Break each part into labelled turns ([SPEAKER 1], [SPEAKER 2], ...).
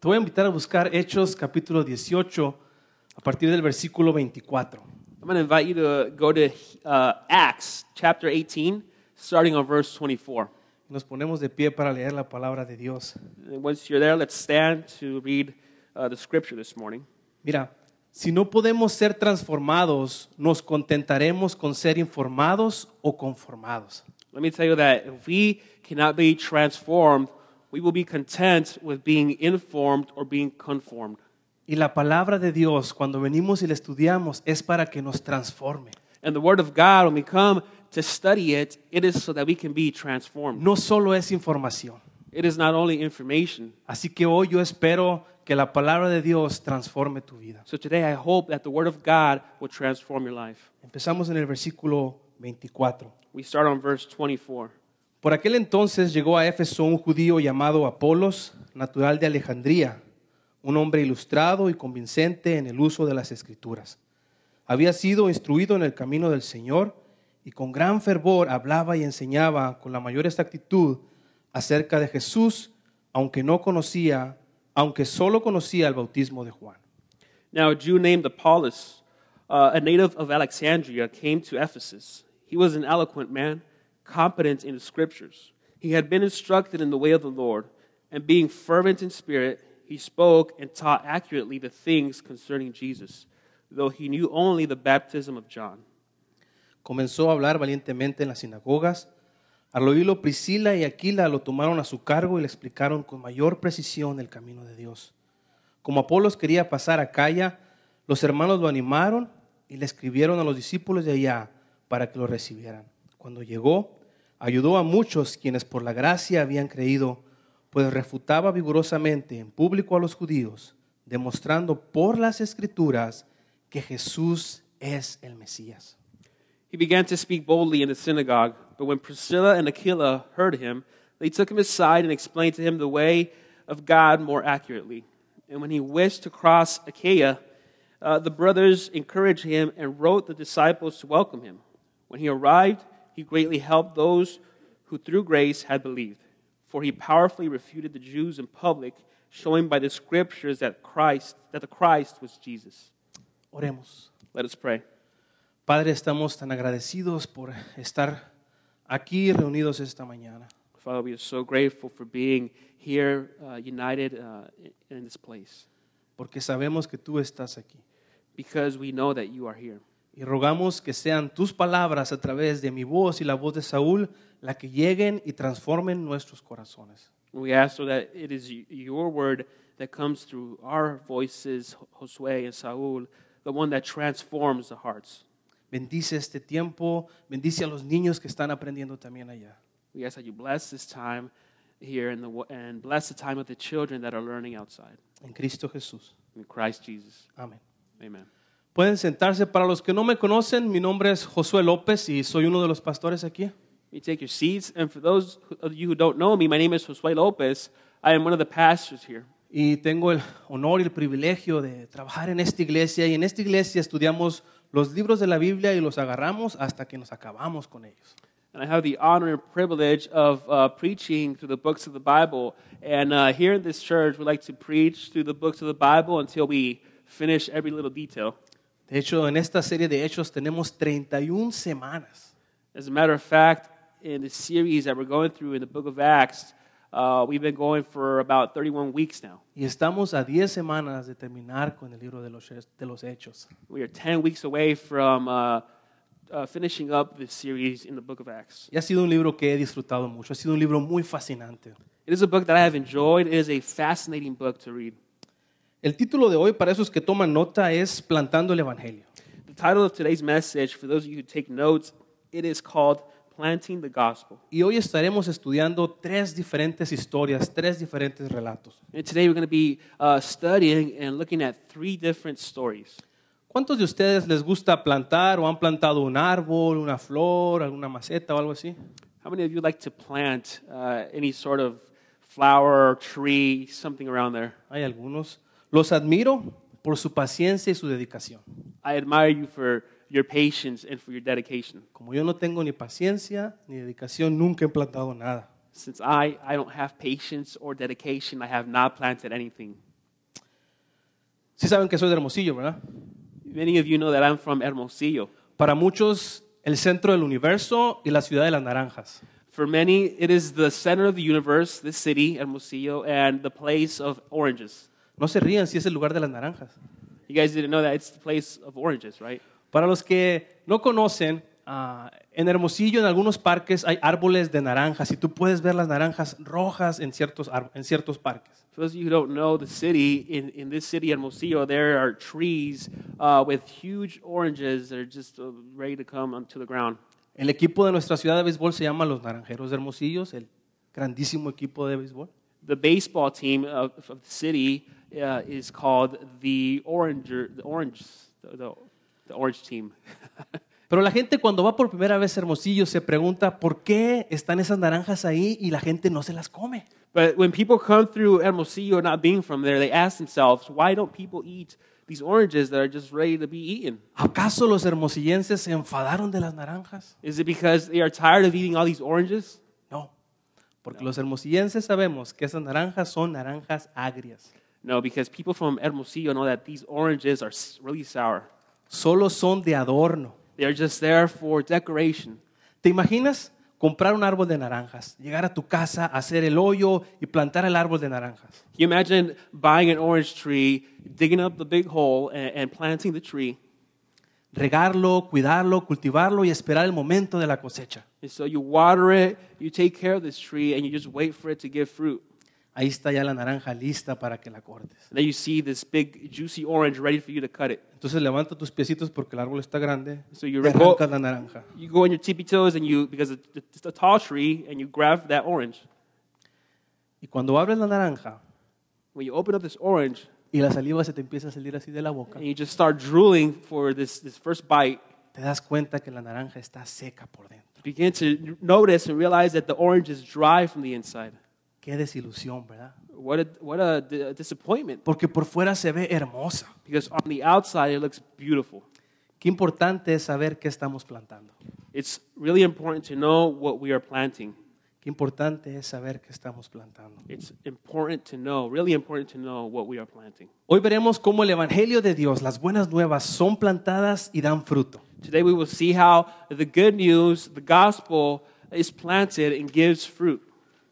[SPEAKER 1] Te voy a invitar a buscar Hechos capítulo 18 a partir del versículo 24.
[SPEAKER 2] I'm going to invite you to go to uh, Acts chapter 18, starting on verse 24.
[SPEAKER 1] Nos ponemos de pie para leer la palabra de Dios.
[SPEAKER 2] And once you're there, let's stand to read uh, the scripture this morning.
[SPEAKER 1] Mira, si no podemos ser transformados, nos contentaremos con ser informados o conformados.
[SPEAKER 2] Let me tell you that if we cannot be transformed, we will be content with being informed or being conformed.
[SPEAKER 1] Y la palabra de Dios, cuando venimos y la estudiamos, es para que nos transforme.
[SPEAKER 2] And the Word of God, when we come to study it, it is so that we can be transformed.
[SPEAKER 1] No solo es información.
[SPEAKER 2] It is not only information.
[SPEAKER 1] Así que hoy yo espero que la palabra de Dios transforme tu vida.
[SPEAKER 2] So today, I hope that the Word of God will transform your life.
[SPEAKER 1] Empezamos en el versículo 24.
[SPEAKER 2] We start on verse 24.
[SPEAKER 1] Por aquel entonces llegó a Éfeso un judío llamado Apolos, natural de Alejandría, un hombre ilustrado y convincente en el uso de las escrituras. Había sido instruido en el camino del Señor y con gran fervor hablaba y enseñaba con la mayor exactitud acerca de Jesús, aunque no conocía, aunque solo conocía el bautismo de Juan.
[SPEAKER 2] Now, a Jew named Apollos, uh, a native of Alexandria, came to Ephesus. He was an eloquent man, competent in the scriptures. He had been instructed in the way of the Lord, and being fervent in spirit, he spoke and taught accurately the things concerning Jesus, though he knew only the baptism of John.
[SPEAKER 1] Comenzó a hablar valientemente en las sinagogas. Al oírlo, Priscila y Aquila lo tomaron a su cargo y le explicaron con mayor precisión el camino de Dios. Como Apolos quería pasar a Calla, los hermanos lo animaron y le escribieron a los discípulos de allá para que lo recibieran. Cuando llegó, ayudó a muchos quienes por la gracia habían creído, pues refutaba vigorosamente en público a los judíos, demostrando por las escrituras que Jesús es el Mesías.
[SPEAKER 2] He began to speak boldly in the synagogue, but when Priscilla and Aquila heard him, they took him aside and explained to him the way of God more accurately. And when he wished to cross Achaia, uh, the brothers encouraged him and wrote the disciples to welcome him. When he arrived, he greatly helped those who through grace had believed, for he powerfully refuted the Jews in public, showing by the scriptures that Christ that the Christ was Jesus.
[SPEAKER 1] Oremos.
[SPEAKER 2] Let us pray.
[SPEAKER 1] Padre, estamos tan agradecidos por estar aquí reunidos esta mañana.
[SPEAKER 2] Father, we are so grateful for being here uh, united uh, in in this place
[SPEAKER 1] porque sabemos que tú estás aquí.
[SPEAKER 2] because we know that you are here.
[SPEAKER 1] Y rogamos que sean tus palabras a través de mi voz y la voz de Saúl la que lleguen y transformen nuestros corazones.
[SPEAKER 2] We ask so that it is y- your word that comes through our voices, Josue and Saul, the one that transforms the hearts.
[SPEAKER 1] Bendice este tiempo, bendice a los niños que están aprendiendo también allá.
[SPEAKER 2] We ask that you bless this time here and, the, wo- and bless the time of the children that are learning outside.
[SPEAKER 1] En Cristo Jesús.
[SPEAKER 2] In Christ Jesus.
[SPEAKER 1] Amén.
[SPEAKER 2] Amen.
[SPEAKER 1] Pueden sentarse. Para los que no me conocen, mi nombre es Josué López y soy uno de los pastores aquí.
[SPEAKER 2] You take your seats. And for those who- of you who don't know me, my name is Josue Lopez. I am one of the pastors here.
[SPEAKER 1] Y tengo el honor y el privilegio de trabajar en esta iglesia. Y en esta iglesia estudiamos los libros de la Biblia y los agarramos hasta que nos acabamos con ellos.
[SPEAKER 2] And I have the honor and privilege of uh, preaching through the books of the Bible. And uh, here in this church, we like to preach through the books of the Bible until we finish every little detail.
[SPEAKER 1] De hecho, en esta serie de hechos tenemos 31 semanas.
[SPEAKER 2] As a matter of fact, in the series that we're going through in the book of Acts, uh, we've been going for about 31 weeks now.
[SPEAKER 1] Y estamos a 10 semanas de terminar con el libro de los, he- de los hechos.
[SPEAKER 2] We are 10 weeks away from uh, uh, finishing up this series in the book of Acts.
[SPEAKER 1] Y ha sido un libro que he disfrutado mucho. Ha sido un libro muy fascinante.
[SPEAKER 2] It is a book that I have enjoyed. It is a fascinating book to read.
[SPEAKER 1] El título de hoy, para esos que toman nota, es Plantando el Evangelio.
[SPEAKER 2] The title of today's message, for those of you who take notes, it is called Planting the Gospel.
[SPEAKER 1] Y hoy estaremos estudiando tres diferentes historias, tres diferentes relatos.
[SPEAKER 2] And today we're going to be uh, studying and looking at three different stories.
[SPEAKER 1] ¿Cuántos de ustedes les gusta plantar o han plantado un árbol, una flor, alguna maceta o algo así?
[SPEAKER 2] How many of you like to plant uh, any sort of flower, tree, something around there?
[SPEAKER 1] Hay algunos. Los admiro por su paciencia y su dedicación.
[SPEAKER 2] I admire you for your patience and for your dedication.
[SPEAKER 1] Como yo no tengo ni paciencia ni dedicación, nunca he plantado nada.
[SPEAKER 2] Since I, I don't have patience or dedication, I have not planted anything.
[SPEAKER 1] Sí saben que soy de Hermosillo, ¿verdad?
[SPEAKER 2] Many of you know that I'm from Hermosillo.
[SPEAKER 1] Para muchos, el centro del universo y la ciudad de las naranjas.
[SPEAKER 2] For many, it is the center of the universe, this city, Hermosillo, and the place of oranges.
[SPEAKER 1] No se rían si es el lugar de las naranjas.
[SPEAKER 2] You guys didn't know that it's the place of oranges, right?
[SPEAKER 1] Para los que no conocen, ah, en Hermosillo, en algunos parques, hay árboles de naranjas y tú puedes ver las naranjas rojas en ciertos, ar- en ciertos parques.
[SPEAKER 2] For those of you who don't know the city, in, in this city, Hermosillo, there are trees uh, with huge oranges that are just uh, ready to come onto the ground.
[SPEAKER 1] El equipo de nuestra ciudad de béisbol se llama Los Naranjeros de Hermosillo, es el grandísimo equipo de béisbol.
[SPEAKER 2] The baseball team of, of the city uh, is called the Oranger, the Orange, the, the, the Orange Team.
[SPEAKER 1] Pero la gente cuando va por primera vez a Hermosillo se pregunta por qué están esas naranjas ahí y la gente no se las come.
[SPEAKER 2] but when people come through Hermosillo, not being from there, they ask themselves, why don't people eat these oranges that are just ready to be eaten?
[SPEAKER 1] ¿Acaso los hermosillenses se enfadaron de las naranjas?
[SPEAKER 2] Is it because they are tired of eating all these oranges?
[SPEAKER 1] No, porque los hermosillenses sabemos que esas naranjas son naranjas agrias.
[SPEAKER 2] No, because people from Hermosillo know that these oranges are s- really sour.
[SPEAKER 1] Solo son de adorno.
[SPEAKER 2] They're just there for decoration.
[SPEAKER 1] ¿Te imaginas comprar un árbol de naranjas, llegar a tu casa, hacer el hoyo y plantar el árbol de naranjas?
[SPEAKER 2] Can you imagine buying an orange tree, digging up the big hole, and, and planting the tree?
[SPEAKER 1] Regarlo, cuidarlo, cultivarlo y esperar el momento de la cosecha.
[SPEAKER 2] And so you water it, you take care of this tree, and you just wait for it to give fruit.
[SPEAKER 1] Ahí está ya la naranja lista para que la cortes.
[SPEAKER 2] And then you see this big, juicy orange ready for you to cut it.
[SPEAKER 1] Entonces levanta tus piecitos porque el árbol está grande.
[SPEAKER 2] So you
[SPEAKER 1] y
[SPEAKER 2] reco-
[SPEAKER 1] arrancas la naranja.
[SPEAKER 2] You go on your tippy toes, and you, because it's it's a tall tree, and you grab that orange.
[SPEAKER 1] Y cuando abres la naranja
[SPEAKER 2] When you open up this orange,
[SPEAKER 1] y la saliva se te empieza a salir así de la boca,
[SPEAKER 2] and you just start drooling for this, this first bite,
[SPEAKER 1] te das cuenta que la naranja está seca por dentro.
[SPEAKER 2] begin to notice and realize that the orange is dry from the inside.
[SPEAKER 1] Qué desilusión, ¿verdad?
[SPEAKER 2] What a, what a di- disappointment.
[SPEAKER 1] Porque por fuera se ve hermosa.
[SPEAKER 2] Because on the outside, it looks beautiful.
[SPEAKER 1] Qué importante es saber qué estamos plantando.
[SPEAKER 2] It's really important to know what we are planting.
[SPEAKER 1] Qué importante es saber qué estamos plantando.
[SPEAKER 2] It's important to know, really important to know what we are planting.
[SPEAKER 1] Hoy veremos cómo el Evangelio de Dios, las buenas nuevas, son plantadas y dan fruto.
[SPEAKER 2] Today, we will see how the good news, the gospel, is planted and gives fruit.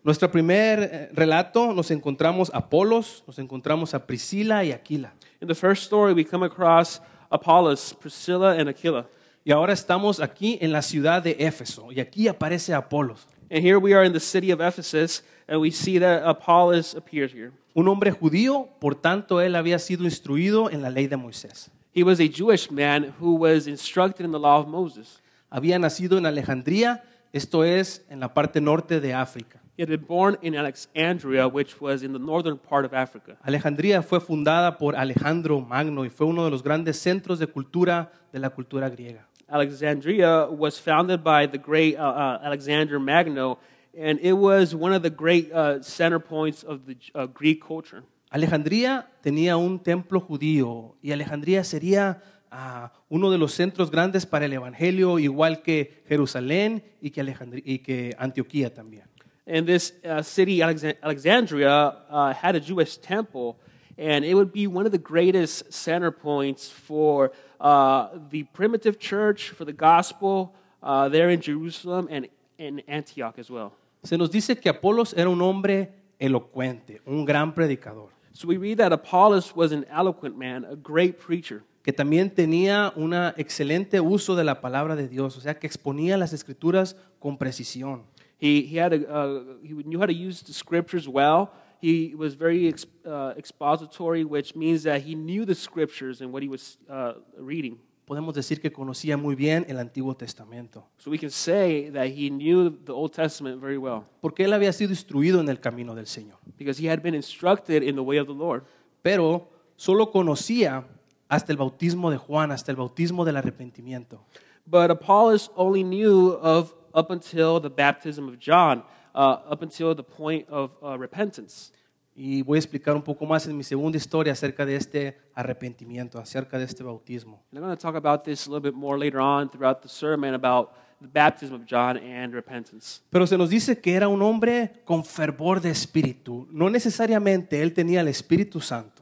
[SPEAKER 1] Nuestro primer eh, relato nos encontramos a Apolos, nos encontramos a Priscila y Aquila.
[SPEAKER 2] In the first story, we come across Apollos, Priscilla, and Aquila.
[SPEAKER 1] Y ahora estamos aquí en la ciudad de Éfeso y aquí aparece Apolos,
[SPEAKER 2] And here we are in the city of Ephesus, and we see that Apollos appears here.
[SPEAKER 1] un hombre judío, por tanto él había sido instruido en la ley de Moisés.
[SPEAKER 2] He was a Jewish man who was instructed in the law of Moses.
[SPEAKER 1] Había nacido en Alejandría, esto es en la parte norte de África.
[SPEAKER 2] He had been born in Alexandria, which was in the northern part of Africa.
[SPEAKER 1] Alejandría fue fundada por Alejandro Magno y fue uno de los grandes centros de cultura de la cultura griega.
[SPEAKER 2] Alexandria was founded by the great uh, uh, Alexander Magno, and it was one of the great uh, center points of the uh, Greek culture.
[SPEAKER 1] Alejandría tenía un templo judío y Alejandría sería ah, uno de los centros grandes para el Evangelio, igual que Jerusalén y que, Alejandri- y que Antioquía también.
[SPEAKER 2] And this uh, city, Alexa- Alexandria, uh, had a Jewish temple, and it would be one of the greatest center points for uh, the primitive church, for the gospel uh, there in Jerusalem and in Antioch as well.
[SPEAKER 1] Se nos dice que Apolos era un hombre elocuente, un gran predicador,
[SPEAKER 2] So we read that Apollos was an eloquent man, a great preacher.
[SPEAKER 1] que también tenía un excelente uso de la palabra de Dios, o sea, que exponía las escrituras con precisión.
[SPEAKER 2] He, he, had a, uh, he knew how to use the scriptures well. He was very ex, uh, expository, which means that he knew the scriptures and what he was uh, reading.
[SPEAKER 1] Podemos decir que conocía muy bien el Antiguo Testamento,
[SPEAKER 2] So we can say that he knew the Old Testament very well
[SPEAKER 1] porque él había sido instruido en el camino del Señor.
[SPEAKER 2] because he had been instructed in the way of the Lord.
[SPEAKER 1] pero solo conocía hasta el bautismo de Juan, hasta el bautismo del arrepentimiento.
[SPEAKER 2] But Apollos only knew of up until the baptism of John, uh, up until the point of uh, repentance.
[SPEAKER 1] Y voy a explicar un poco más en mi segunda historia acerca de este arrepentimiento, acerca de este bautismo.
[SPEAKER 2] And I'm going to talk about this a little bit more later on throughout the sermon about the baptism of John and repentance.
[SPEAKER 1] Pero se nos dice que era un hombre con fervor de espíritu. No necesariamente él tenía el Espíritu Santo,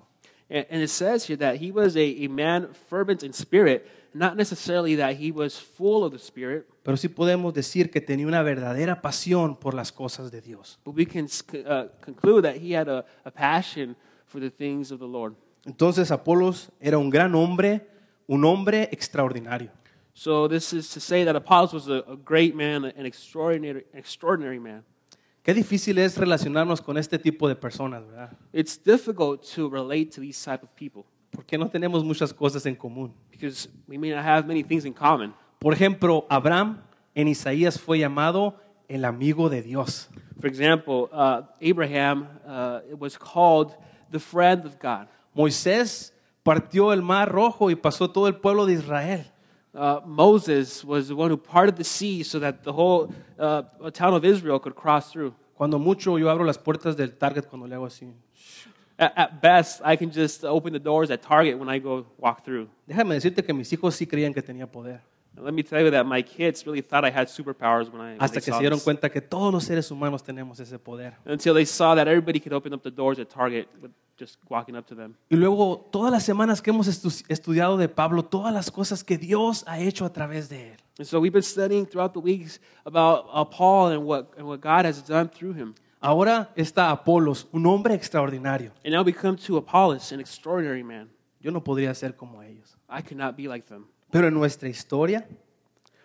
[SPEAKER 2] And, and it says here that he was a, a man fervent in spirit, not necessarily that he was full of the Spirit,
[SPEAKER 1] pero sí podemos decir que tenía una verdadera pasión por las cosas de Dios.
[SPEAKER 2] but we can uh, conclude that he had a, a passion for the things of the Lord.
[SPEAKER 1] Entonces Apolos era un gran hombre, un hombre extraordinario.
[SPEAKER 2] So this is to say that Apollos was a, a great man, an extraordinary, extraordinary man.
[SPEAKER 1] Qué difícil es relacionarnos con este tipo de personas, ¿verdad?
[SPEAKER 2] It's difficult to relate to these type of people
[SPEAKER 1] Porque no tenemos muchas cosas en común.
[SPEAKER 2] because we may not have many things in common.
[SPEAKER 1] Por ejemplo, Abraham en Isaías fue llamado el amigo de Dios.
[SPEAKER 2] For example, uh, Abraham uh, was called the friend of God.
[SPEAKER 1] Moisés partió el mar rojo y pasó todo el pueblo de Israel.
[SPEAKER 2] Uh, Moses was the one who parted the sea so that the whole uh, town of Israel could cross through.
[SPEAKER 1] Cuando mucho yo abro las puertas del Target cuando le hago así.
[SPEAKER 2] At, at best, I can just open the doors at Target when I go walk through.
[SPEAKER 1] Déjame decirte que mis hijos sí creían que tenía poder.
[SPEAKER 2] And let me tell you that my kids really thought I had superpowers when I when
[SPEAKER 1] Hasta
[SPEAKER 2] they
[SPEAKER 1] que
[SPEAKER 2] saw
[SPEAKER 1] se dieron
[SPEAKER 2] this.
[SPEAKER 1] cuenta que todos los seres humanos tenemos ese poder.
[SPEAKER 2] until they saw that everybody could open up the doors at Target with just walking up to them.
[SPEAKER 1] Y luego, todas las semanas que hemos estu- estudiado de Pablo, todas las cosas que Dios ha hecho a través de él.
[SPEAKER 2] And so we've been studying throughout the weeks about uh, Paul and what, and what God has done through him.
[SPEAKER 1] Ahora está Apolos, un hombre extraordinario.
[SPEAKER 2] And now we come to Apollos, an extraordinary man.
[SPEAKER 1] Yo no podría ser como ellos.
[SPEAKER 2] I could not be like them.
[SPEAKER 1] Pero en nuestra historia,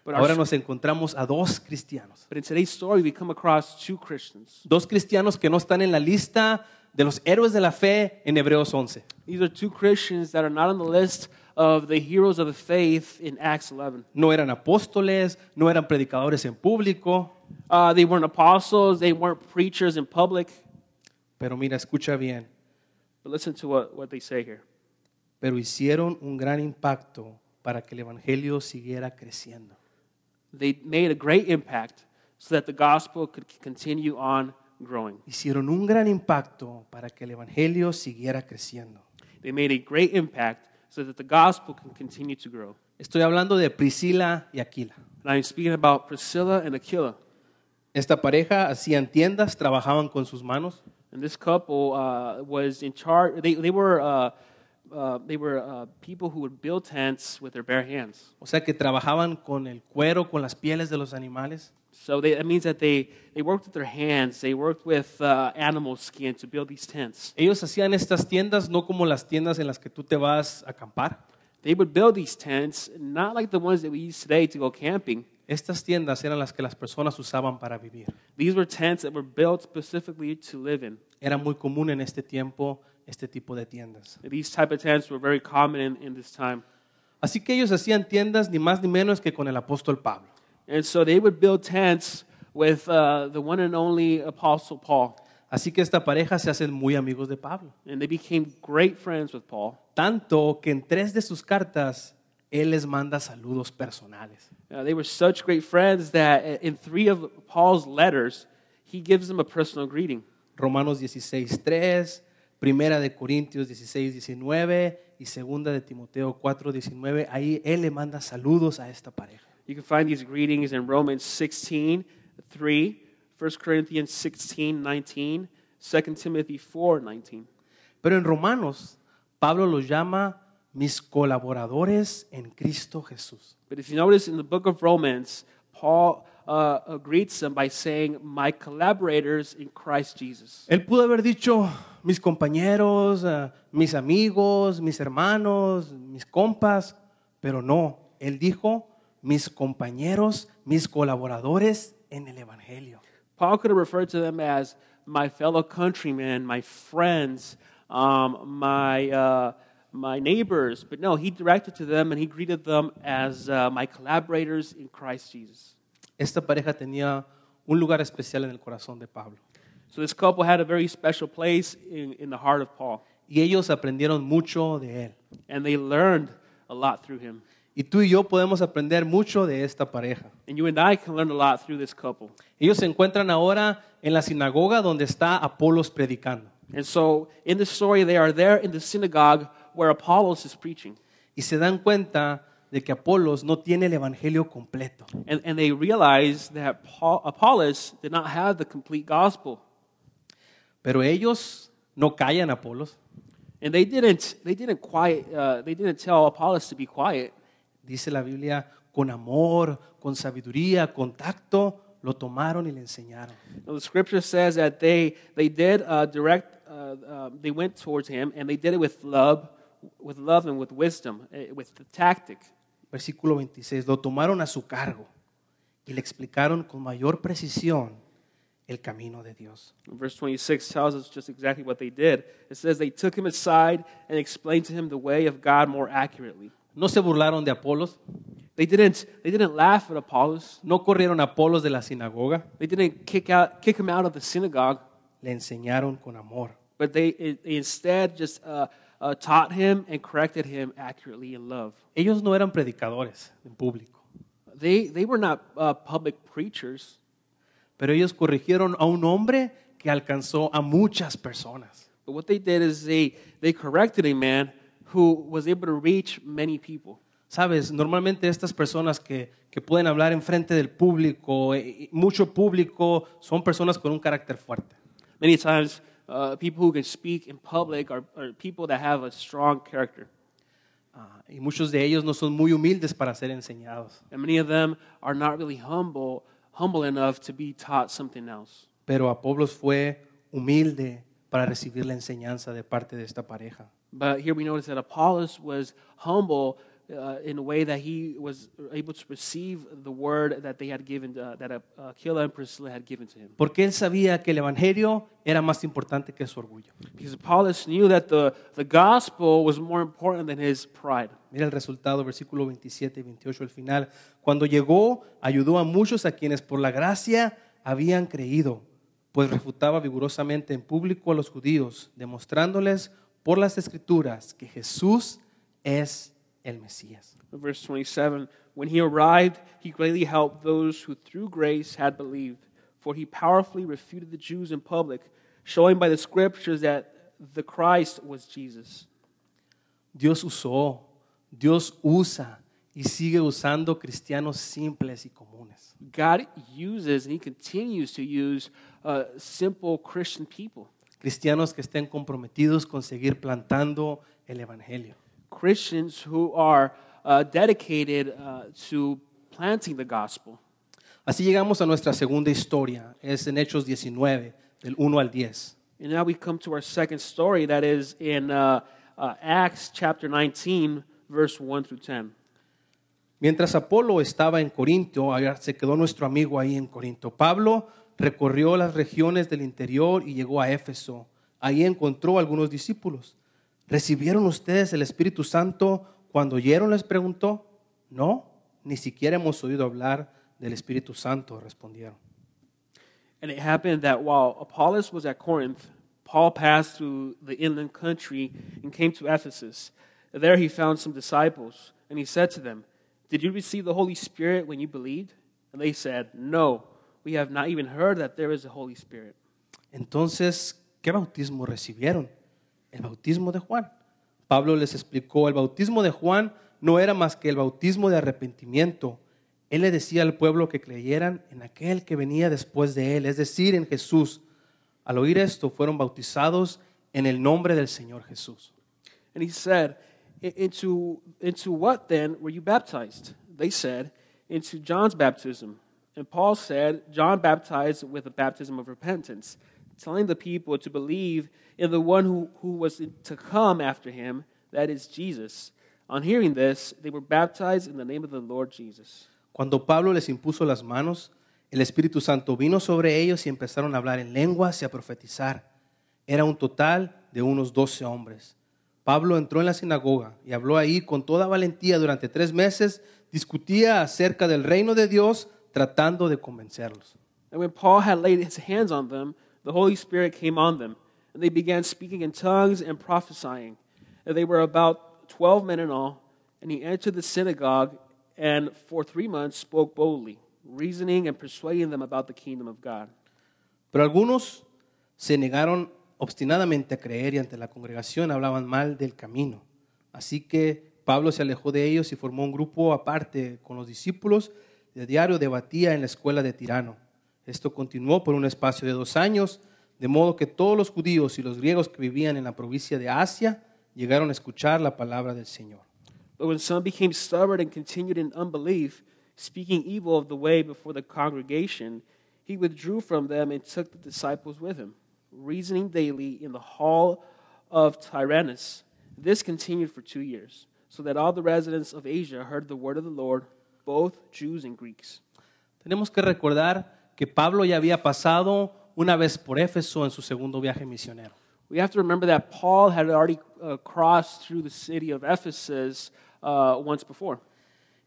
[SPEAKER 2] But,
[SPEAKER 1] ahora
[SPEAKER 2] our,
[SPEAKER 1] nos encontramos a dos cristianos.
[SPEAKER 2] but in today's story, we come across two Christians.
[SPEAKER 1] Dos cristianos que no están en la lista de los héroes de la fe en Hebreos 11.
[SPEAKER 2] These are two Christians that are not on the list of the heroes of the faith in Acts 11.
[SPEAKER 1] No eran apóstoles, no eran predicadores en público,
[SPEAKER 2] Uh, they weren't apostles, they weren't preachers in public.
[SPEAKER 1] pero mira, escucha bien,
[SPEAKER 2] But listen to what, what they say here.
[SPEAKER 1] pero hicieron un gran impacto para que el Evangelio siguiera creciendo.
[SPEAKER 2] They made a great impact so that the gospel could continue on growing.
[SPEAKER 1] hicieron un gran impacto para que el Evangelio siguiera creciendo.
[SPEAKER 2] They made a great impact so that the gospel can continue to grow.
[SPEAKER 1] Estoy hablando de Priscila y Aquila.
[SPEAKER 2] And I'm speaking about Priscilla and Aquila.
[SPEAKER 1] Esta pareja hacían tiendas, trabajaban con sus manos,
[SPEAKER 2] And this couple uh, was in charge. They, they were, uh, uh, they were uh, people who would build tents with their bare hands.
[SPEAKER 1] o sea que trabajaban con el cuero, con las pieles de los animales.
[SPEAKER 2] So they, that means that they, they worked with their hands. They worked with uh, animal skin to build these tents.
[SPEAKER 1] Ellos hacían estas tiendas no como las tiendas en las que tú te vas a acampar.
[SPEAKER 2] They would build these tents, not like the ones that we use today to go camping.
[SPEAKER 1] Estas tiendas eran las que las personas usaban para vivir.
[SPEAKER 2] These were tents that were built specifically to live in.
[SPEAKER 1] Era muy común en este tiempo este tipo de tiendas.
[SPEAKER 2] These type of tents were very common in, in this time.
[SPEAKER 1] Así que ellos hacían tiendas ni más ni menos que con el apóstol Pablo.
[SPEAKER 2] And so they would build tents with uh, the one and only Apostle Paul.
[SPEAKER 1] Así que esta pareja se hacen muy amigos de Pablo.
[SPEAKER 2] And they became great friends with Paul.
[SPEAKER 1] Tanto que en tres de sus cartas él les manda saludos personales.
[SPEAKER 2] Uh, they were such great friends that i- in three of Paul's letters, he gives them a personal greeting.
[SPEAKER 1] Romanos 16, 3, Primera de Corintios 16, 19 y Segunda de Timoteo 4, 19. Ahí él le manda saludos a esta pareja.
[SPEAKER 2] You can find these greetings in Romans 16, 3, 1 Corinthians 16, 19, 2 Timothy 4, 19.
[SPEAKER 1] Pero en Romanos, Pablo los llama mis colaboradores en Cristo Jesús.
[SPEAKER 2] But if you notice in the book of Romans, Paul uh, uh, greets them by saying, My collaborators in Christ Jesus.
[SPEAKER 1] Él pudo haber dicho mis compañeros, eh, mis amigos, mis hermanos, mis compas, pero no, él dijo mis compañeros, mis colaboradores en el Evangelio.
[SPEAKER 2] Paul could have referred to them as my fellow countrymen, my friends, um, my, uh, my neighbors. But no, he directed to them and he greeted them as uh, my collaborators in Christ Jesus.
[SPEAKER 1] Esta pareja tenía un lugar especial en el corazón de Pablo
[SPEAKER 2] So this couple had a very special place in, in the heart of Paul,
[SPEAKER 1] y ellos aprendieron mucho de él.
[SPEAKER 2] and they learned a lot through him.
[SPEAKER 1] Y tú y yo podemos aprender mucho de esta pareja.
[SPEAKER 2] And you and I can learn a lot through this couple.
[SPEAKER 1] Ellos se encuentran ahora en la sinagoga donde está Apolos predicando.
[SPEAKER 2] And so in this story, they are there in the synagogue where Apollos is preaching.
[SPEAKER 1] y se dan cuenta de que Apolos no tiene el evangelio completo.
[SPEAKER 2] And, and they realize that Paul, Apollos did not have the complete gospel.
[SPEAKER 1] Pero ellos no callan a Apolos,
[SPEAKER 2] And they didn't, they didn't, quiet, uh, they didn't tell Apollos to be quiet.
[SPEAKER 1] Dice la Biblia, con amor, con sabiduría, con tacto, lo tomaron y le enseñaron.
[SPEAKER 2] Now, the scripture says that they, they did uh, direct, uh, uh, they went towards him, and they did it with love, with love and with wisdom, eh, with the tactic.
[SPEAKER 1] Versículo 26, lo tomaron a su cargo y le explicaron con mayor precisión el camino de Dios.
[SPEAKER 2] Verse 26 tells us just exactly what they did. It says they took him aside and explained to him the way of God more accurately.
[SPEAKER 1] No se burlaron de Apolos,
[SPEAKER 2] They didn't, they didn't laugh at Apollos.
[SPEAKER 1] no corrieron a Apolos de la sinagoga,
[SPEAKER 2] They didn't kick, out, kick him out of the synagogue,
[SPEAKER 1] le enseñaron con amor.
[SPEAKER 2] but they, they instead just uh, uh, taught him and corrected him accurately in love.
[SPEAKER 1] Ellos no eran predicadores en público,
[SPEAKER 2] They, they were not uh, public preachers,
[SPEAKER 1] pero ellos corrigieron a un hombre que alcanzó a muchas personas.
[SPEAKER 2] but what they did is they, they corrected a man who was able to reach many people.
[SPEAKER 1] Sabes, normalmente estas personas que, que pueden hablar en frente del público, eh, y mucho público, son personas con un carácter fuerte.
[SPEAKER 2] Many times, uh, people who can speak in public are, are people that have a strong character,
[SPEAKER 1] Ah, y muchos de ellos no son muy humildes para ser enseñados.
[SPEAKER 2] and many of them are not really humble, humble enough to be taught something else.
[SPEAKER 1] Pero Apolos fue humilde para recibir la enseñanza de parte de esta pareja.
[SPEAKER 2] But here we notice that Apollos was humble uh, in a way that he was able to receive the word that they had given, uh, that uh, Aquila and Priscilla had given to him.
[SPEAKER 1] Porque él sabía que el Evangelio era más importante que su orgullo.
[SPEAKER 2] Because Apollos knew that the, the gospel was more important than his pride.
[SPEAKER 1] Mira el resultado, versículo 27 y 28, el final. Cuando llegó, ayudó a muchos a quienes por la gracia habían creído, pues refutaba vigorosamente en público a los judíos, demostrándoles por las escrituras que Jesús es el Mesías.
[SPEAKER 2] Verse 27 When he arrived, he greatly helped those who through grace had believed, for he powerfully refuted the Jews in public, showing by the scriptures that the Christ was Jesus.
[SPEAKER 1] Dios usó, Dios usa y sigue usando cristianos simples y comunes.
[SPEAKER 2] God uses and He continues to use uh, simple Christian people,
[SPEAKER 1] Cristianos que estén comprometidos con seguir plantando el Evangelio.
[SPEAKER 2] Christians who are uh, dedicated uh, to planting the gospel.
[SPEAKER 1] Así llegamos a nuestra segunda historia, es en Hechos 19, del 1 al 10.
[SPEAKER 2] And now we come to our second story that is in uh, uh, Acts chapter 19, verse 1 through 10.
[SPEAKER 1] Mientras Apolo estaba en Corinto, allá se quedó nuestro amigo ahí en Corinto. Pablo recorrió las regiones del interior y llegó a Éfeso. Ahí encontró algunos discípulos. ¿Recibieron ustedes el Espíritu Santo cuando oyeron? les preguntó. No, ni siquiera hemos oído hablar del Espíritu Santo, respondieron.
[SPEAKER 2] And it happened that while Apollos was at Corinth, Paul passed through the inland country and came to Ephesus. There he found some disciples, and he said to them, Did you receive the Holy Spirit when you believed? And they said, No, we have not even heard that there is a Holy Spirit.
[SPEAKER 1] Entonces, ¿qué bautismo recibieron? El bautismo de Juan. Pablo les explicó, el bautismo de Juan no era más que el bautismo de arrepentimiento. Él le decía al pueblo que creyeran en aquel que venía después de él, es decir, en Jesús. Al oír esto, fueron bautizados en el nombre del Señor Jesús.
[SPEAKER 2] And he said, "I- into, into what then were you baptized? They said, Into John's baptism. And Paul said, John baptized with a baptism of repentance, telling the people to believe in the one who, who was to come after him, that is Jesus. On hearing this, they were baptized in the name of the Lord Jesus.
[SPEAKER 1] Cuando Pablo les impuso las manos, el Espíritu Santo vino sobre ellos y empezaron a hablar en lenguas y a profetizar. Era un total de unos doce hombres. Pablo entró en la sinagoga y habló ahí con toda valentía durante tres meses, discutía acerca del reino de Dios, tratando de convencerlos.
[SPEAKER 2] And when Paul had laid his hands on them, the Holy Spirit came on them, and they began speaking in tongues and prophesying. And they were about twelve men in all, and he entered the synagogue and for three months spoke boldly, reasoning and persuading them about the kingdom of God.
[SPEAKER 1] Pero algunos se negaron obstinadamente a creer y ante la congregación hablaban mal del camino. Así que Pablo se alejó de ellos y formó un grupo aparte con los discípulos y a diario debatía en la escuela de Tirano. Esto continuó por un espacio de dos años, de modo que todos los judíos y los griegos que vivían en la provincia de Asia llegaron a escuchar la palabra del Señor.
[SPEAKER 2] But when some became stubborn and continued in unbelief, speaking evil of the way before the congregation, he withdrew from them and took the disciples with him, reasoning daily in the hall of Tyrannus. This continued for two years, so that all the residents of Asia heard the word of the Lord, both Jews and Greeks.
[SPEAKER 1] Tenemos que recordar que Pablo ya había pasado una vez por Éfeso en su segundo viaje misionero.
[SPEAKER 2] We have to remember that Paul had already uh, crossed through the city of Ephesus uh, once before.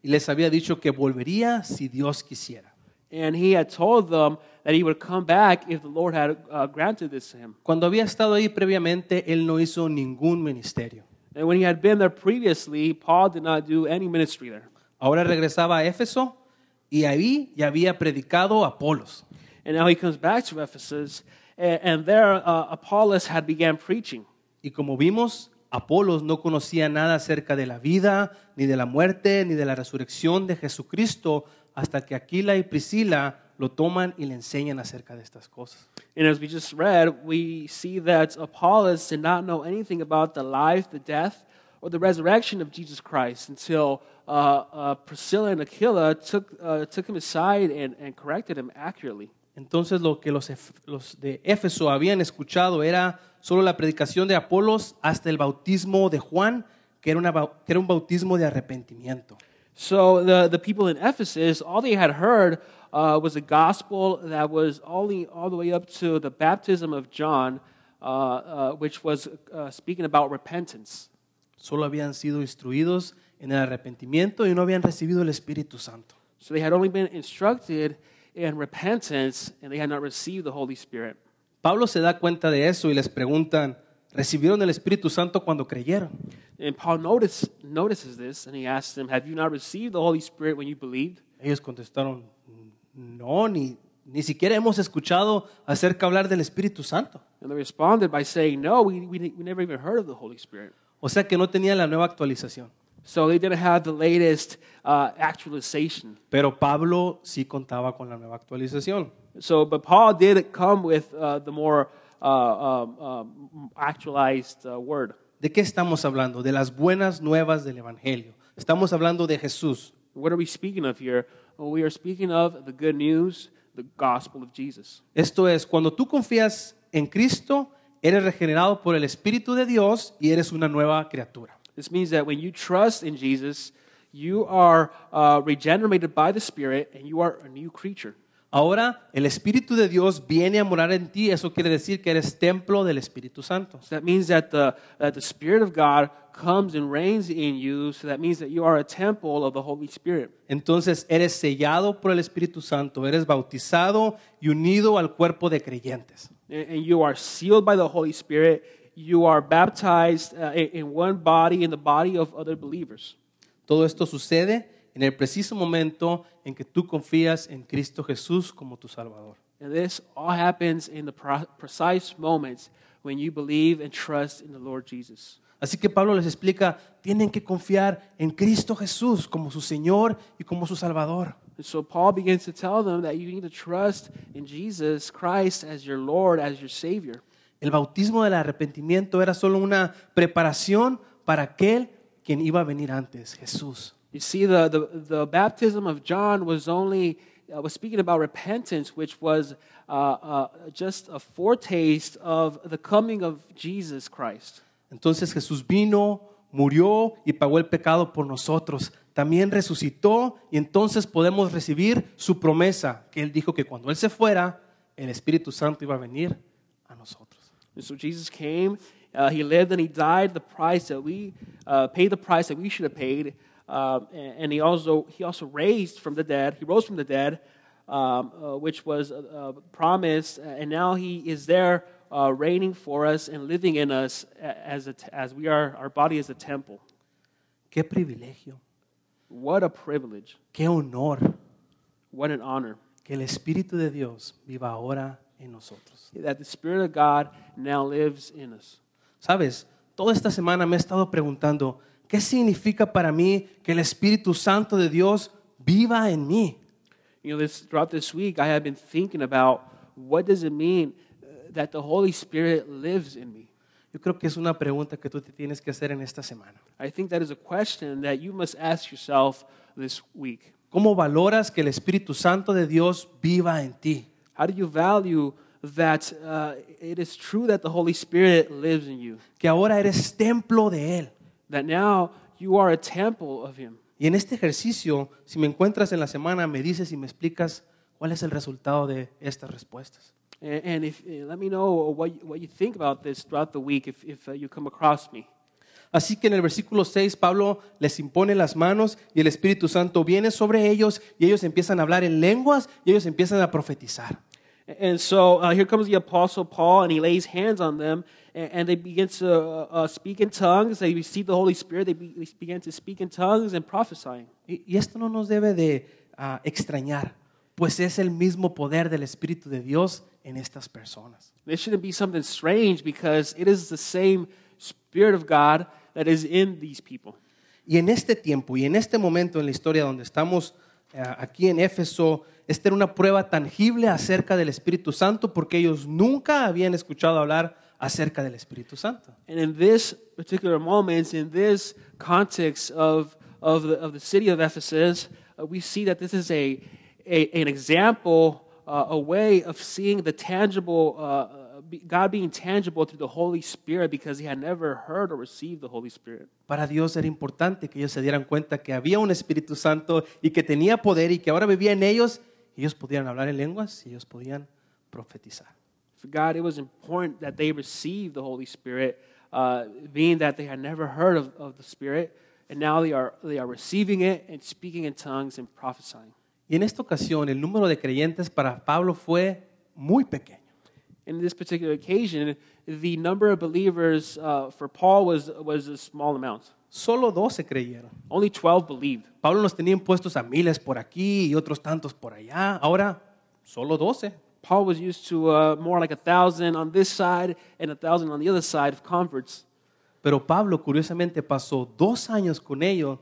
[SPEAKER 1] Y les había dicho que volvería si Dios quisiera.
[SPEAKER 2] And he had told them that he would come back if the Lord had uh, granted this to him.
[SPEAKER 1] Cuando había estado ahí previamente, él no hizo ningún ministerio.
[SPEAKER 2] And when he had been there previously, Paul did not do any ministry there.
[SPEAKER 1] Ahora regresaba a Éfeso y ahí ya había predicado a Apolos.
[SPEAKER 2] And now he comes back to Ephesus, and, and there uh, Apollos had began preaching.
[SPEAKER 1] Y como vimos, Apolos no conocía nada acerca de la vida, ni de la muerte, ni de la resurrección de Jesucristo, hasta que Aquila y Priscila lo toman y le enseñan acerca de estas cosas.
[SPEAKER 2] And as we just read, we see that Apollos did not know anything about the life, the death, or the resurrection of Jesus Christ until uh, uh, Priscilla and Aquila took, uh, took him aside and, and corrected him accurately.
[SPEAKER 1] Entonces lo que los, ef- los de Éfeso habían escuchado era solo la predicación de Apolos hasta el bautismo de Juan, que era, una bau- que era un bautismo de arrepentimiento.
[SPEAKER 2] So the, the people in Ephesus, all they had heard uh, was a gospel that was only all the way up to the baptism of John, uh, uh, which was uh, speaking about repentance.
[SPEAKER 1] Solo habían sido instruidos en el arrepentimiento y no habían recibido el Espíritu Santo.
[SPEAKER 2] So they had only been instructed in repentance, and they had not received the Holy Spirit.
[SPEAKER 1] Pablo se da cuenta de eso y les preguntan, ¿recibieron el Espíritu Santo cuando creyeron?
[SPEAKER 2] And Paul notice, notices this, and he asks them, Have you not received the Holy Spirit when you believed?
[SPEAKER 1] Ellos contestaron, no, ni, ni siquiera hemos escuchado acerca hablar del Espíritu Santo.
[SPEAKER 2] And they responded by saying, No, we, we, we never even heard of the Holy Spirit.
[SPEAKER 1] O sea que no tenían la nueva actualización.
[SPEAKER 2] So they didn't have the latest uh, actualization.
[SPEAKER 1] Pero Pablo sí contaba con la nueva actualización.
[SPEAKER 2] So, but Paul did come with uh, the more uh, um, um, actualized uh, word.
[SPEAKER 1] ¿De qué estamos hablando? De las buenas nuevas del Evangelio. Estamos hablando de Jesús.
[SPEAKER 2] What are we speaking of here? Well, we are speaking of the good news, the gospel of Jesus.
[SPEAKER 1] Esto es, cuando tú confías en Cristo, eres regenerado por el Espíritu de Dios y eres una nueva criatura.
[SPEAKER 2] This means that when you trust in Jesus, you are uh, regenerated by the Spirit and you are a new creature.
[SPEAKER 1] Ahora el Espíritu de Dios viene a morar en ti, eso quiere decir que eres templo del Espíritu Santo.
[SPEAKER 2] So that means that the, that the Spirit of God comes and reigns in you. So that means that you are a temple of the Holy Spirit.
[SPEAKER 1] Entonces eres sellado por el Espíritu Santo, eres bautizado y unido al cuerpo de creyentes.
[SPEAKER 2] and, and you are sealed by the Holy Spirit. You are baptized uh, in, in one body, in the body of other believers.
[SPEAKER 1] Todo esto sucede en el preciso momento en que tú confías en Cristo Jesús como tu Salvador.
[SPEAKER 2] And this all happens in the pro- precise moments when you believe and trust in the Lord Jesus.
[SPEAKER 1] Así que Pablo les explica, tienen que confiar en Cristo Jesús como su Señor y como su Salvador.
[SPEAKER 2] And so Paul begins to tell them that you need to trust in Jesus Christ as your Lord, as your Savior.
[SPEAKER 1] El bautismo del arrepentimiento era solo una preparación para aquel quien iba a venir antes, Jesús.
[SPEAKER 2] You see, the, the, the baptism of John was only uh, was speaking about repentance, which was uh, uh, just a foretaste of the coming of Jesus Christ.
[SPEAKER 1] Entonces Jesús vino, murió y pagó el pecado por nosotros. También resucitó y entonces podemos recibir su promesa, que él dijo que cuando él se fuera, el Espíritu Santo iba a venir a nosotros.
[SPEAKER 2] And so Jesus came, uh, he lived and he died the price that we uh, paid the price that we should have paid. Um, and, and he also he also raised from the dead. He rose from the dead, um, uh, which was uh, uh, promised. And now he is there, uh, reigning for us and living in us a- as a t- as we are. Our body is a temple.
[SPEAKER 1] Qué privilegio,
[SPEAKER 2] What a privilege!
[SPEAKER 1] qué honor
[SPEAKER 2] What an honor
[SPEAKER 1] que el Espíritu de Dios viva ahora en nosotros.
[SPEAKER 2] that the Spirit of God now lives in us.
[SPEAKER 1] Sabes, toda esta semana me he estado preguntando, ¿qué significa para mí que el Espíritu Santo de Dios viva en mí?
[SPEAKER 2] You know, this throughout this week, I have been thinking about what does it mean uh, that the Holy Spirit lives in me.
[SPEAKER 1] Y Yo creo que es una pregunta que tú te tienes que hacer en esta semana.
[SPEAKER 2] I think that is a question that you must ask yourself this week.
[SPEAKER 1] ¿Cómo valoras que el Espíritu Santo de Dios viva en ti?
[SPEAKER 2] How do you value that uh, it is true that the Holy Spirit lives in you?
[SPEAKER 1] Que ahora eres templo de Él.
[SPEAKER 2] That now you are a temple of Him.
[SPEAKER 1] Y en este ejercicio, si me encuentras en la semana, me dices y me explicas cuál es el resultado de estas respuestas.
[SPEAKER 2] And, and if, eh, let me know what you, what you think about this throughout the week if, if uh, you come across me.
[SPEAKER 1] Así que en el versículo 6 Pablo les impone las manos y el Espíritu Santo viene sobre ellos y ellos empiezan a hablar en lenguas y ellos empiezan a profetizar.
[SPEAKER 2] And so uh, here comes the Apostle Paul, and he lays hands on them, and, and they begin to uh, uh, speak in tongues. They receive the Holy Spirit. They, be, they begin to speak in tongues and prophesying.
[SPEAKER 1] Y, y esto no nos debe de ah, extrañar, pues es el mismo poder del Espíritu de Dios en estas personas.
[SPEAKER 2] This shouldn't be something strange because it is the same Spirit of God that is in these people.
[SPEAKER 1] Y en este tiempo y en este momento en la historia donde estamos eh, aquí en Éfeso, esta era una prueba tangible acerca del Espíritu Santo porque ellos nunca habían escuchado hablar acerca del Espíritu Santo.
[SPEAKER 2] And in this particular moment, in this context of, of, the, of the city of Ephesus, uh, we see that this is a, a, an example, uh, a way of seeing the tangible, uh, uh, be- God being tangible through the Holy Spirit because they had never heard or received the Holy Spirit.
[SPEAKER 1] Para Dios era importante que ellos se dieran cuenta que había un Espíritu Santo y que tenía poder y que ahora vivía en ellos. y Ellos podían hablar en lenguas y ellos podían profetizar.
[SPEAKER 2] For God, it was important that they received the Holy Spirit, uh, being that they had never heard of, of the Spirit, and now they are, they are receiving it and speaking in tongues and prophesying.
[SPEAKER 1] Y en esta ocasión el número de creyentes para Pablo fue muy pequeño.
[SPEAKER 2] In this particular occasion, the number of believers uh, for Paul was, was a small amount.
[SPEAKER 1] Solo 12 creyeron.
[SPEAKER 2] Only 12 believed.
[SPEAKER 1] Pablo los tenía impuestos a miles por aquí y otros tantos por allá. Ahora, solo 12.
[SPEAKER 2] Paul was used to uh, more like a thousand on this side and a thousand on the other side of converts.
[SPEAKER 1] Pero Pablo, curiosamente, pasó dos años con ellos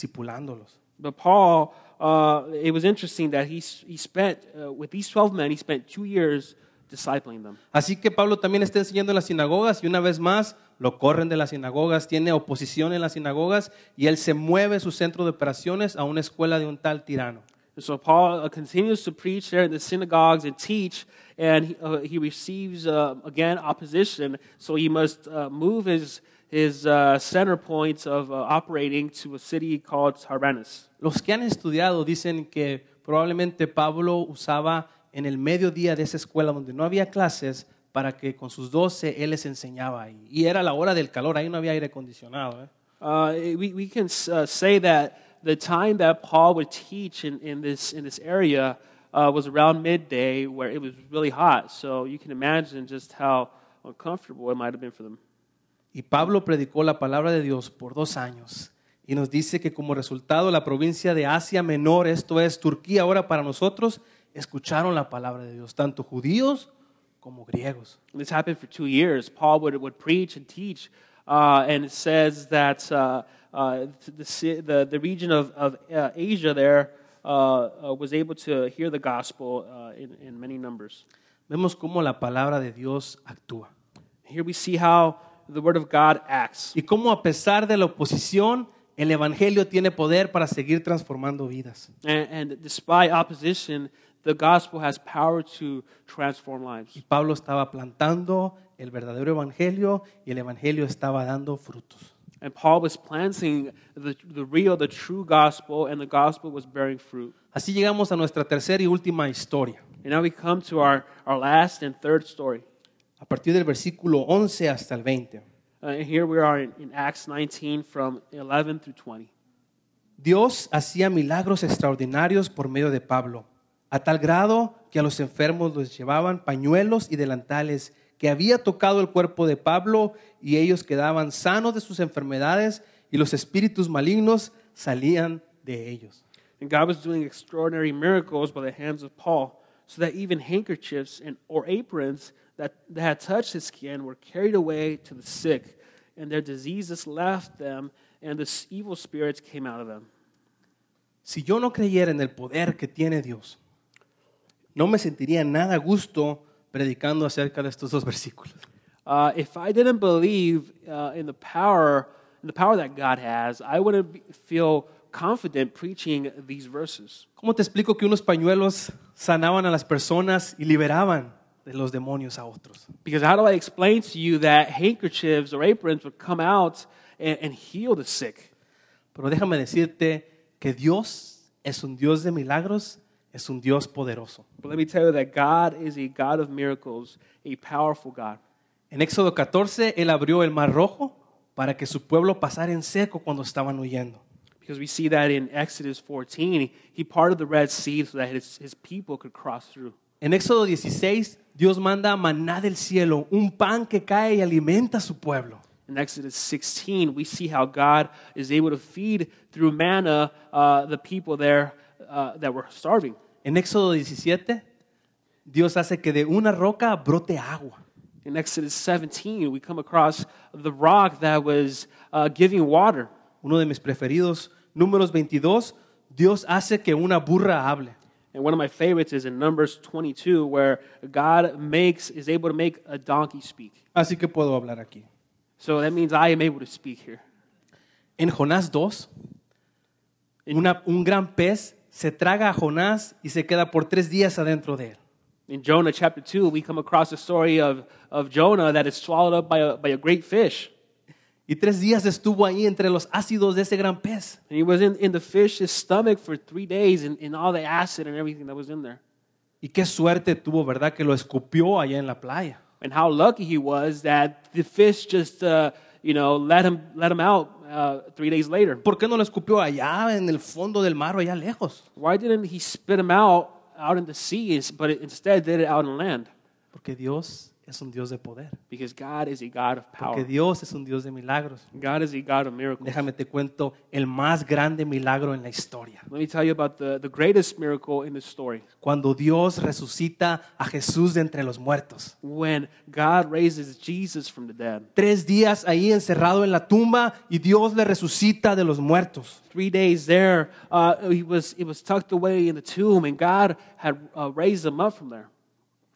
[SPEAKER 1] discipulándolos.
[SPEAKER 2] But Paul, uh, it was interesting that he, s- he spent, uh, with these 12 men, he spent two years discipling them.
[SPEAKER 1] Así que Pablo también está enseñando en las sinagogas y una vez más lo corren de las sinagogas, tiene oposición en las sinagogas y él se mueve su centro de operaciones a una escuela de un tal tirano.
[SPEAKER 2] And so Paul uh, continues to preach there in the synagogues and teach, and he, uh, he receives, uh, again, opposition. So he must uh, move his, his uh, center point of uh, operating to a city called Tyrannus.
[SPEAKER 1] Los que han estudiado dicen que probablemente Pablo usaba en el mediodía de esa escuela donde no había clases para que con sus doce él les enseñaba ahí. Y era la hora del calor, ahí no había aire acondicionado. ¿eh?
[SPEAKER 2] Uh, we, we can uh, say that the time that Paul would teach in, in, this, in this area uh, was around midday, where it was really hot. So you can imagine just how uncomfortable it might have been for them.
[SPEAKER 1] Y Pablo predicó la palabra de Dios por dos años y nos dice que como resultado la provincia de Asia Menor, esto es Turquía ahora para nosotros, escucharon la palabra de Dios, tanto judíos como griegos.
[SPEAKER 2] And This happened for two years. Paul would, would preach and teach, uh, and it says that uh, uh, the, ci- the, the region of, of uh, Asia there uh, uh, was able to hear the gospel uh, in, in many numbers.
[SPEAKER 1] Vemos cómo la palabra de Dios actúa
[SPEAKER 2] Here we see how the word of God acts.
[SPEAKER 1] y cómo a pesar de la oposición, el Evangelio tiene poder para seguir transformando vidas.
[SPEAKER 2] And, and despite opposition, the gospel has power to transform lives.
[SPEAKER 1] Y Pablo estaba plantando el verdadero Evangelio y el Evangelio estaba dando frutos.
[SPEAKER 2] And Paul was planting the, the real, the true gospel, and the gospel was bearing fruit.
[SPEAKER 1] Así llegamos a nuestra tercera y última historia.
[SPEAKER 2] And now we come to our, our last and third story.
[SPEAKER 1] a partir del versículo 11 hasta el 20.
[SPEAKER 2] Uh, and here we are in, in Acts 19 from 11 through 20.
[SPEAKER 1] Dios hacía milagros extraordinarios por medio de Pablo, a tal grado que a los enfermos los llevaban pañuelos y delantales que había tocado el cuerpo de Pablo y ellos quedaban sanos de sus enfermedades y los espíritus malignos salían de ellos.
[SPEAKER 2] And God was doing extraordinary miracles by the hands of Paul, so that even handkerchiefs and, or aprons that, that had touched his skin were carried away to the sick, and their diseases left them, and the s- evil spirits came out of them.
[SPEAKER 1] Si yo no creyera en el poder que tiene Dios, no me sentiría nada a gusto predicando acerca de estos dos versículos.
[SPEAKER 2] Uh, if I didn't believe uh, in the power, in the power that God has, I wouldn't be- feel confident preaching these verses.
[SPEAKER 1] ¿Cómo te explico que unos pañuelos sanaban a las personas y liberaban de los demonios a otros?
[SPEAKER 2] Because how do I explain to you that handkerchiefs or aprons would come out and, and heal the sick?
[SPEAKER 1] Pero déjame decirte que Dios es un Dios de milagros, es un Dios poderoso.
[SPEAKER 2] But let me tell you that God is a God of miracles, a powerful God.
[SPEAKER 1] En Éxodo 14, Él abrió el mar rojo para que su pueblo pasara en seco cuando estaban huyendo.
[SPEAKER 2] Because we see that in Exodus 14, he parted the Red Sea so that his, his people could cross through.
[SPEAKER 1] En Éxodo 16, Dios manda maná del cielo, un pan que cae y alimenta a su pueblo.
[SPEAKER 2] In Exodus 16, we see how God is able to feed through manna uh, the people there uh, that were starving.
[SPEAKER 1] En Éxodo 17, Dios hace que de una roca brote agua.
[SPEAKER 2] In Exodus 17, we come across the rock that was uh, giving water.
[SPEAKER 1] Uno de mis preferidos, números 22, Dios hace que una burra hable.
[SPEAKER 2] And one of my favorites is in Numbers 22, where God makes is able to make a donkey speak.
[SPEAKER 1] Así que puedo hablar aquí.
[SPEAKER 2] So that means I am able to speak here.
[SPEAKER 1] En Jonás 2, una- un gran pez se traga a Jonás y se queda por tres días adentro de él.
[SPEAKER 2] In Jonah chapter 2, we come across the story of, of Jonah that is swallowed up by a, by a great fish.
[SPEAKER 1] Y tres días estuvo ahí entre los ácidos de ese gran pez.
[SPEAKER 2] And he was in, in the fish's stomach for three days and, and all the acid and everything that was in there.
[SPEAKER 1] Y qué suerte tuvo, ¿verdad? Que lo escupió allá en la playa.
[SPEAKER 2] And how lucky he was that the fish just, uh, you know, let him, let him out uh, three days later.
[SPEAKER 1] ¿Por qué no lo escupió allá en el fondo del mar o allá lejos?
[SPEAKER 2] Why didn't he spit him out out in the sea, but instead did it out on land?
[SPEAKER 1] Porque Dios es un Dios de poder.
[SPEAKER 2] Because God is a God of
[SPEAKER 1] Porque
[SPEAKER 2] power.
[SPEAKER 1] Dios es un Dios de milagros.
[SPEAKER 2] God is a God of miracles.
[SPEAKER 1] Déjame te cuento el más grande milagro en la historia.
[SPEAKER 2] Let me tell you about the, the greatest miracle in this story.
[SPEAKER 1] Cuando Dios resucita a Jesús de entre los muertos.
[SPEAKER 2] When God raises Jesus from the dead.
[SPEAKER 1] Tres días ahí encerrado en la tumba y Dios le resucita de los muertos.
[SPEAKER 2] Three days there, uh, he, was, he was tucked away in the tomb, and God had uh, raised him up from there.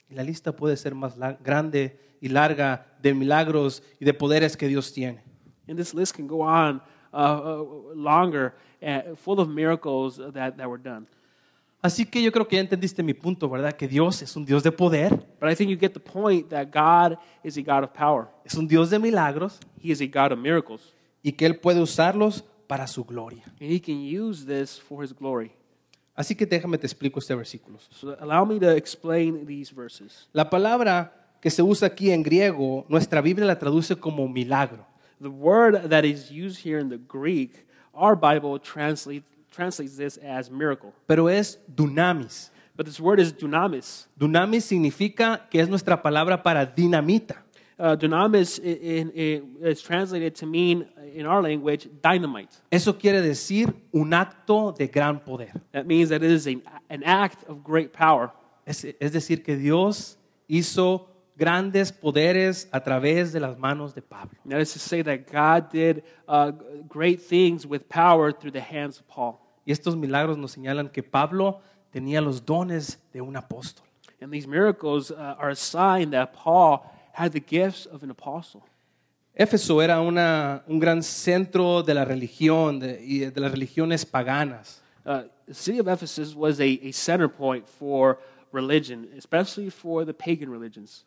[SPEAKER 1] Y la lista puede ser más la- grande y larga de milagros y de poderes que Dios tiene.
[SPEAKER 2] And this list can go on uh, uh, longer, uh, full of miracles that, that were done.
[SPEAKER 1] Así que yo creo que ya entendiste mi punto, ¿verdad? Que Dios es un Dios de poder,
[SPEAKER 2] But I think you get the point that God is a God of power,
[SPEAKER 1] es un Dios de milagros
[SPEAKER 2] He is a God of miracles,
[SPEAKER 1] y que Él puede usarlos para su gloria.
[SPEAKER 2] and He can use this for His glory.
[SPEAKER 1] Así que déjame te explico este versículo.
[SPEAKER 2] So allow me to explain these verses.
[SPEAKER 1] La palabra que se usa aquí en griego, nuestra Biblia la traduce como milagro.
[SPEAKER 2] The word that is used here in the Greek, our Bible translate, translates this as miracle.
[SPEAKER 1] pero es dunamis.
[SPEAKER 2] But this word is dunamis.
[SPEAKER 1] Dunamis significa que es nuestra palabra para dinamita.
[SPEAKER 2] Uh, dunamis i- in, i- is translated to mean, in our language, dynamite.
[SPEAKER 1] Eso quiere decir un acto de gran poder.
[SPEAKER 2] That means that it is an, an act of great power.
[SPEAKER 1] Es, es decir, que Dios hizo grandes poderes a través de las manos de Pablo.
[SPEAKER 2] And that is to say that God did uh, great things with power through the hands of Paul.
[SPEAKER 1] Y estos milagros nos señalan que Pablo tenía los dones de un apóstol.
[SPEAKER 2] And these miracles uh, are a sign that Paul had the gifts of an apostle.
[SPEAKER 1] Éfeso era una- un gran centro de la religión de- y de las religiones paganas.
[SPEAKER 2] Uh, the city of Ephesus was a, a center point for religion, especially for the pagan religions.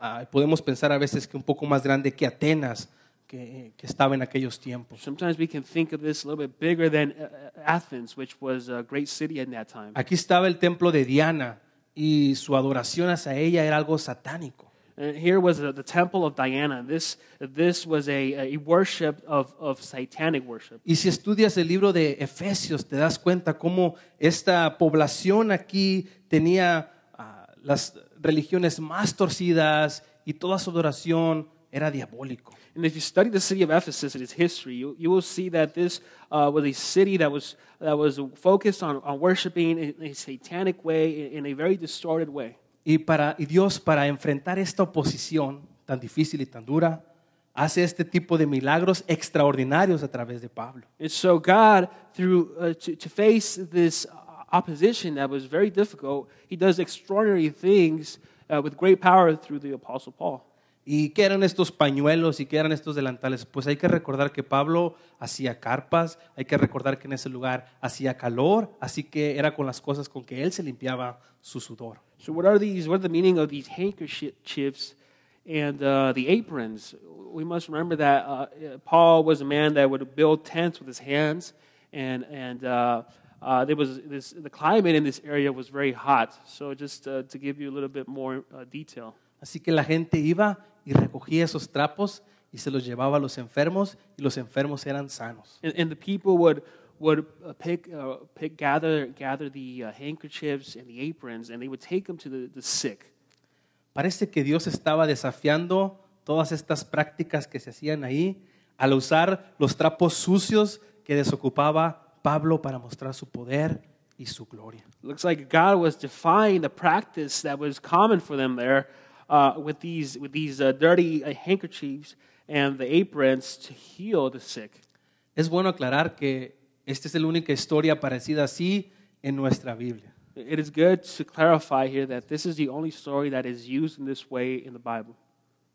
[SPEAKER 1] Ah, podemos pensar a veces que un poco más grande que Atenas, que, que estaba en aquellos tiempos.
[SPEAKER 2] Sometimes we can think of this a little bit bigger than uh, uh, Athens, which was a great city in that time.
[SPEAKER 1] Aquí estaba el templo de Diana y su adoración hacia ella era algo satánico.
[SPEAKER 2] And Uh, here was the, the temple of Diana. This, this was a, a worship of, of satanic worship.
[SPEAKER 1] Y si estudias el libro de Efesios, te das cuenta cómo esta población aquí tenía ah, las religiones más torcidas y toda su adoración era diabólico.
[SPEAKER 2] And if you study the city of Ephesus and its history, you, you will see that this uh, was a city that was, that was focused on, on worshiping in a satanic way, in, in a very distorted way.
[SPEAKER 1] Y, para, y Dios, para enfrentar esta oposición tan difícil y tan dura, hace este tipo de milagros extraordinarios a través de Pablo.
[SPEAKER 2] And so God, through uh, to, to face this opposition that was very difficult, He does extraordinary things uh, with great power through the Apostle Paul.
[SPEAKER 1] ¿Y qué eran estos pañuelos y qué eran estos delantales? Pues hay que recordar que Pablo hacía carpas, hay que recordar que en ese lugar hacía calor, así que era con las cosas con que él se limpiaba su sudor.
[SPEAKER 2] So, what are these? What are the meaning of these handkerchiefs and uh, the aprons? We must remember that uh, Paul was a man that would build tents with his hands, and and uh, uh, there was this, the climate in this area was very hot. So, just uh, to give you a little bit more uh, detail.
[SPEAKER 1] Así que la gente iba y recogía esos trapos y se los llevaba a los enfermos y los enfermos eran sanos.
[SPEAKER 2] And, and the people would would uh, pick, uh, pick gather gather the uh, handkerchiefs and the aprons, and they would take them to the, the sick.
[SPEAKER 1] Parece que Dios estaba desafiando todas estas prácticas que se hacían ahí al usar los trapos sucios que desocupaba Pablo para mostrar su poder y su gloria.
[SPEAKER 2] Looks like God was defying the practice that was common for them there uh, with these with these uh, dirty uh, handkerchiefs and the aprons to heal the sick.
[SPEAKER 1] Es bueno aclarar que esta es la única historia parecida así en nuestra Biblia.
[SPEAKER 2] It is good to clarify here that this is the only story that is used in this way in the Bible.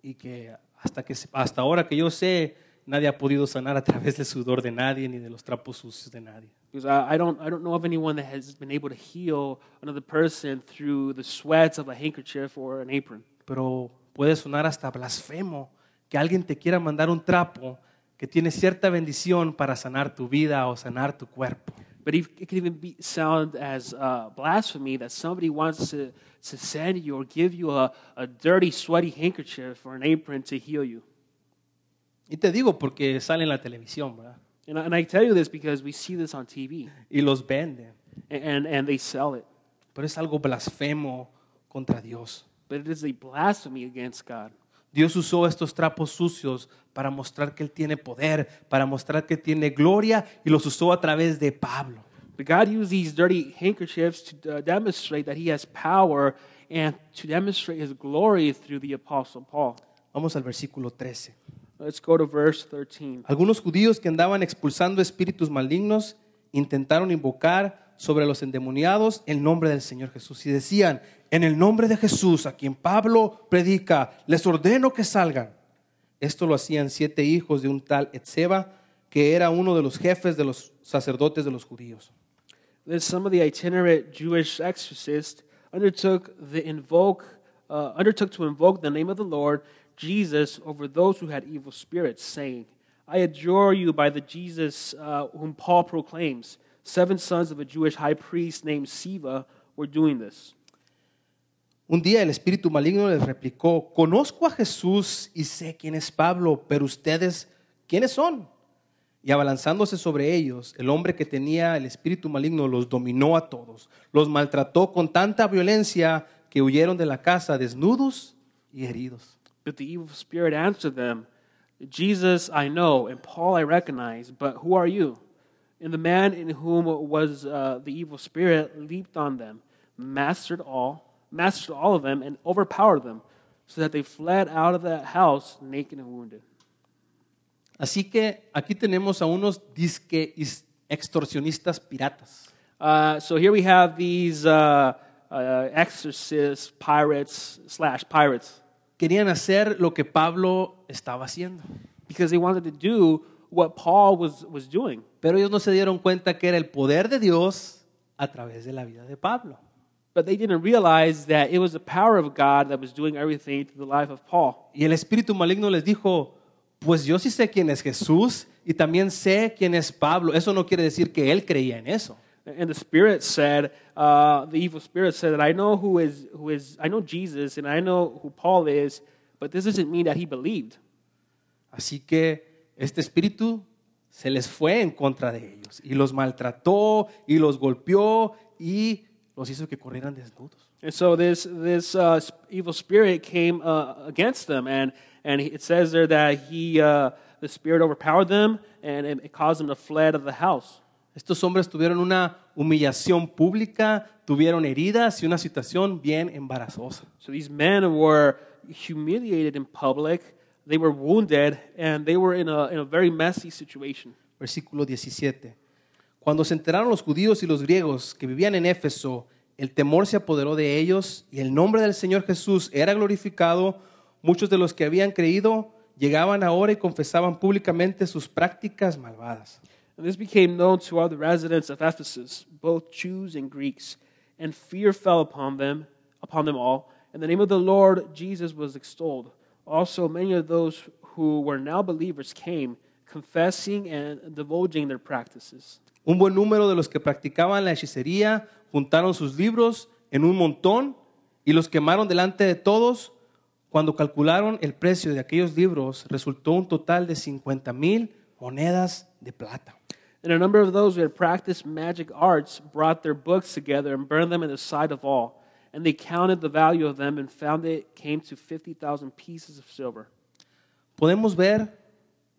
[SPEAKER 1] y que hasta, que hasta ahora que yo sé, nadie ha podido sanar a través del sudor de nadie ni de los trapos sucios de nadie.
[SPEAKER 2] Because I, I don't I don't know of anyone that has been able to heal another person through the sweats of a handkerchief or an apron.
[SPEAKER 1] Pero puede sonar hasta blasfemo que alguien te quiera mandar un trapo que tiene cierta bendición para sanar tu vida o sanar tu cuerpo.
[SPEAKER 2] But if- it could even be, sound as uh, blasphemy that somebody wants to, to send you or give you a, a dirty, sweaty handkerchief or an apron to heal you.
[SPEAKER 1] Y te digo porque sale en la televisión, ¿verdad?
[SPEAKER 2] And I, and I tell you this because we see this on TV
[SPEAKER 1] Y los venden.
[SPEAKER 2] and, and, and they sell it.
[SPEAKER 1] Pero es algo blasfemo contra Dios.
[SPEAKER 2] But it is a blasphemy against God.
[SPEAKER 1] Dios usó estos trapos sucios para mostrar que Él tiene poder, para mostrar que tiene gloria y los usó a través de Pablo.
[SPEAKER 2] But God used these dirty handkerchiefs to uh, demonstrate that He has power and to demonstrate His glory through the Apostle Paul.
[SPEAKER 1] Vamos al versículo 13.
[SPEAKER 2] Let's go to verse 13.
[SPEAKER 1] Algunos judíos que andaban expulsando espíritus malignos intentaron invocar sobre los endemoniados el nombre del Señor Jesús y decían, en el nombre de Jesús, a quien Pablo predica, les ordeno que salgan. Esto lo hacían siete hijos de un tal Etseba, que era uno de los jefes de los sacerdotes de los judíos.
[SPEAKER 2] Then some of the itinerant Jewish exorcists undertook the invoke uh, undertook to invoke the name of the Lord Jesus over those who had evil spirits, saying, "I adjure you by the Jesus uh, whom Paul proclaims." Seven sons of a Jewish high priest named Siva were doing this.
[SPEAKER 1] Un día el espíritu maligno les replicó, conozco a Jesús y sé quién es Pablo, pero ustedes, ¿quiénes son? Y abalanzándose sobre ellos, el hombre que tenía el espíritu maligno los dominó a todos, los maltrató con tanta violencia que huyeron de la casa desnudos y heridos.
[SPEAKER 2] But the evil spirit answered them, Jesus I know, and Paul I recognize, but who are you? And the man in whom was uh, the evil spirit leaped on them, mastered all, mastered all of them, and overpowered them, so that they fled out of that house naked and wounded.
[SPEAKER 1] Así que aquí tenemos a unos disque is- extorsionistas piratas.
[SPEAKER 2] Uh, so here we have these uh, uh, exorcists, pirates, slash pirates,
[SPEAKER 1] Querían hacer lo que Pablo estaba haciendo,
[SPEAKER 2] because they wanted to do what Paul was, was doing.
[SPEAKER 1] pero ellos no se dieron cuenta que era el poder de Dios a través de la vida de Pablo.
[SPEAKER 2] But they didn't realize that it was the power of God that was doing everything through the life of Paul.
[SPEAKER 1] Y el espíritu maligno les dijo, pues yo sí sé quién es Jesús y también sé quién es Pablo. Eso no quiere decir que él creía en eso.
[SPEAKER 2] And the spirit said, uh, the evil spirit said that I know who is who is I know Jesus and I know who Paul is, but this doesn't mean that he believed.
[SPEAKER 1] Así que este espíritu se les fue en contra de ellos y los maltrató y los golpeó y los hizo que corrieran desnudos.
[SPEAKER 2] And so this this uh, s- evil spirit came uh, against them, and and it says there that he uh, the spirit overpowered them and it caused them to flee out of the house.
[SPEAKER 1] Estos hombres tuvieron una humillación pública, tuvieron heridas y una situación bien embarazosa.
[SPEAKER 2] So these men were humiliated in public, they were wounded, and they were in a, in a very messy situation.
[SPEAKER 1] Versículo 17. Cuando se enteraron los judíos y los griegos que vivían en Éfeso, el temor se apoderó de ellos y el nombre del Señor Jesús era glorificado. Muchos de los que habían creído llegaban ahora y confesaban públicamente sus prácticas malvadas.
[SPEAKER 2] And this became known to all the residents of Ephesus, both Jews and Greeks, and fear fell upon them, upon them all, and the name of the Lord Jesus was extolled. Also many of those who were now believers came, confessing and divulging their practices.
[SPEAKER 1] Un buen número de los que practicaban la hechicería juntaron sus libros en un montón y los quemaron delante de todos. Cuando calcularon el precio de aquellos libros, resultó un total de 50 mil monedas de plata.
[SPEAKER 2] And a number of those who had practiced magic arts brought their books together and burned them in the sight of all. And they counted the value of them and found it came to 50,000 pieces of silver.
[SPEAKER 1] Podemos ver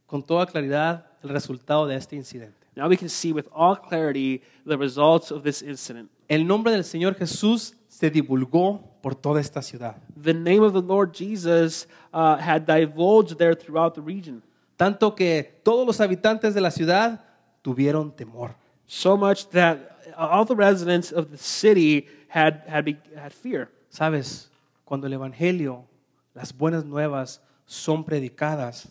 [SPEAKER 1] con toda claridad el resultado de este incidente.
[SPEAKER 2] Now we can see with all clarity the results of this incident.
[SPEAKER 1] El nombre del Señor Jesús se divulgó por toda esta ciudad.
[SPEAKER 2] The name of the Lord Jesus uh, had divulged there throughout the region,
[SPEAKER 1] tanto que todos los habitantes de la ciudad tuvieron temor.
[SPEAKER 2] so much that all the residents of the city had, had, be, had fear.
[SPEAKER 1] Sabes, cuando el Evangelio, las buenas nuevas son predicadas,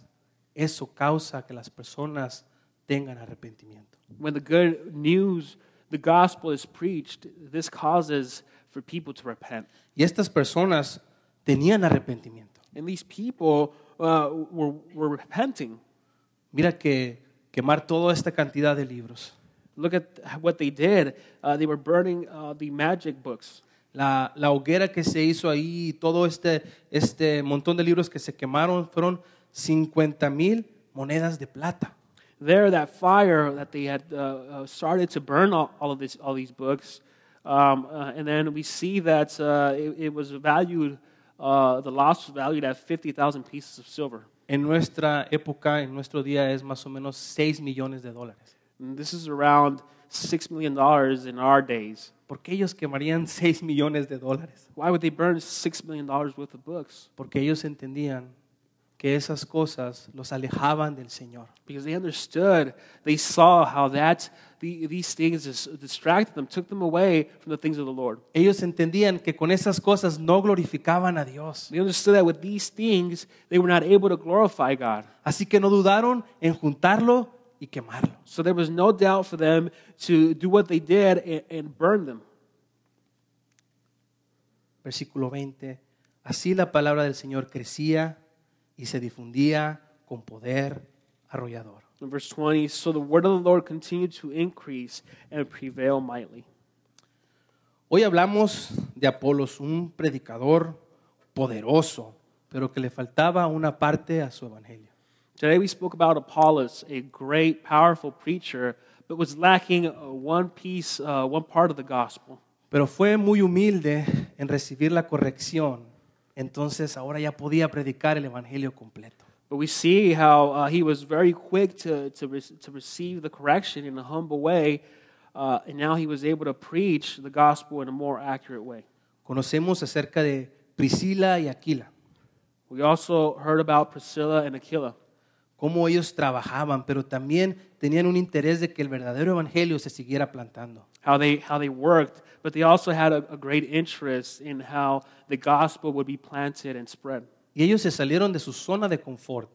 [SPEAKER 1] eso causa que las personas tengan arrepentimiento.
[SPEAKER 2] When the good news, the gospel is preached, this causes for people to repent.
[SPEAKER 1] Y estas personas tenían arrepentimiento.
[SPEAKER 2] And these people uh, were, were repenting.
[SPEAKER 1] Mira que quemar toda esta cantidad de libros,
[SPEAKER 2] Look at what they did. Uh, they were burning uh, the magic books.
[SPEAKER 1] la, la hoguera que se hizo ahí, todo este, este montón de libros que se quemaron fueron 50 mil monedas de plata.
[SPEAKER 2] There, that fire that they had uh, uh, started to burn all, all of this, all these books, um, uh, and then we see that uh, it, it was valued. Uh, the loss was valued at fifty thousand pieces of silver.
[SPEAKER 1] En nuestra época, en nuestro día, es más o menos 6 millones de dólares.
[SPEAKER 2] And this is around six million dollars in our days.
[SPEAKER 1] ¿Por qué ellos quemarían 6 millones de dólares?
[SPEAKER 2] Why would they burn six million dollars worth of books?
[SPEAKER 1] Porque ellos entendían que esas cosas los alejaban del Señor.
[SPEAKER 2] Because they understood, they saw how that the, these things dis- distracted them, took them away from the things of the Lord.
[SPEAKER 1] Ellos entendían que con esas cosas no glorificaban a Dios.
[SPEAKER 2] They understood that with these things, they were not able to glorify God.
[SPEAKER 1] Así que no dudaron en juntarlo y quemarlo.
[SPEAKER 2] So there was no doubt for them to do what they did and, and burn them.
[SPEAKER 1] Versículo 20. Así la palabra del Señor crecía y se difundía con poder arrollador.
[SPEAKER 2] In verse 20, so the word of the Lord continued to increase and prevail mightily.
[SPEAKER 1] Hoy hablamos de Apolos, un predicador poderoso, pero que le faltaba una parte a su evangelio.
[SPEAKER 2] Today we spoke about Apollos, a great, powerful preacher, but was lacking uh, one piece, uh, one part of the gospel.
[SPEAKER 1] Pero fue muy humilde en recibir la corrección, entonces ahora ya podía predicar el evangelio completo.
[SPEAKER 2] But we see how uh, he was very quick to, to, re- to receive the correction in a humble way, uh, and now he was able to preach the gospel in a more accurate way.
[SPEAKER 1] Conocemos acerca de Priscila y Aquila,
[SPEAKER 2] We also heard about Priscilla and Aquila,
[SPEAKER 1] cómo ellos trabajaban, pero también tenían un interés de que el verdadero evangelio se siguiera plantando.
[SPEAKER 2] how they, how they worked, but they also had a, a great interest in how the gospel would be planted and spread.
[SPEAKER 1] Y ellos se salieron de su zona de confort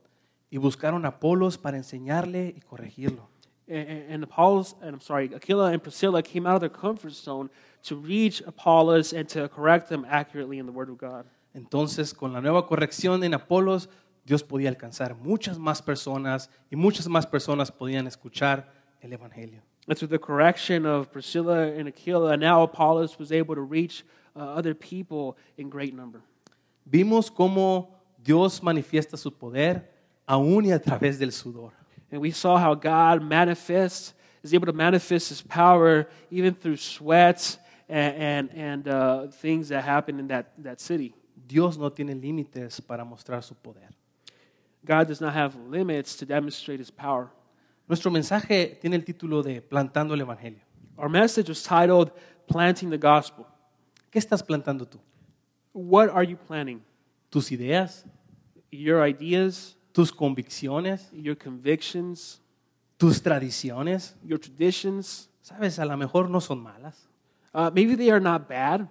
[SPEAKER 1] y buscaron a Apolos para enseñarle y corregirlo.
[SPEAKER 2] And, and and Apollos, and I'm sorry, Aquila and Priscilla came out of their comfort zone to reach Apollos and to correct them accurately in the word of God.
[SPEAKER 1] Entonces, con la nueva corrección en Apolos, Dios podía alcanzar muchas más personas y muchas más personas podían escuchar el Evangelio.
[SPEAKER 2] And through the correction of Priscilla and Aquila, now Apollos was able to reach uh, other people in great number.
[SPEAKER 1] Vimos cómo Dios manifiesta su poder aún y a través del sudor.
[SPEAKER 2] And we saw how God manifests, is able to manifest his power even through sweats and, and, and uh, things that happen in that, that city.
[SPEAKER 1] Dios no tiene límites para mostrar su poder.
[SPEAKER 2] God does not have limits to demonstrate his power.
[SPEAKER 1] Nuestro mensaje tiene el título de Plantando el Evangelio.
[SPEAKER 2] Our message was titled Planting the Gospel.
[SPEAKER 1] ¿Qué estás plantando tú?
[SPEAKER 2] What are you planting?
[SPEAKER 1] ¿Tus ideas?
[SPEAKER 2] Your ideas,
[SPEAKER 1] ¿Tus convicciones?
[SPEAKER 2] your convictions,
[SPEAKER 1] ¿Tus tradiciones?
[SPEAKER 2] your traditions.
[SPEAKER 1] Sabes, a lo mejor no son malas,
[SPEAKER 2] Uh, maybe they are not bad,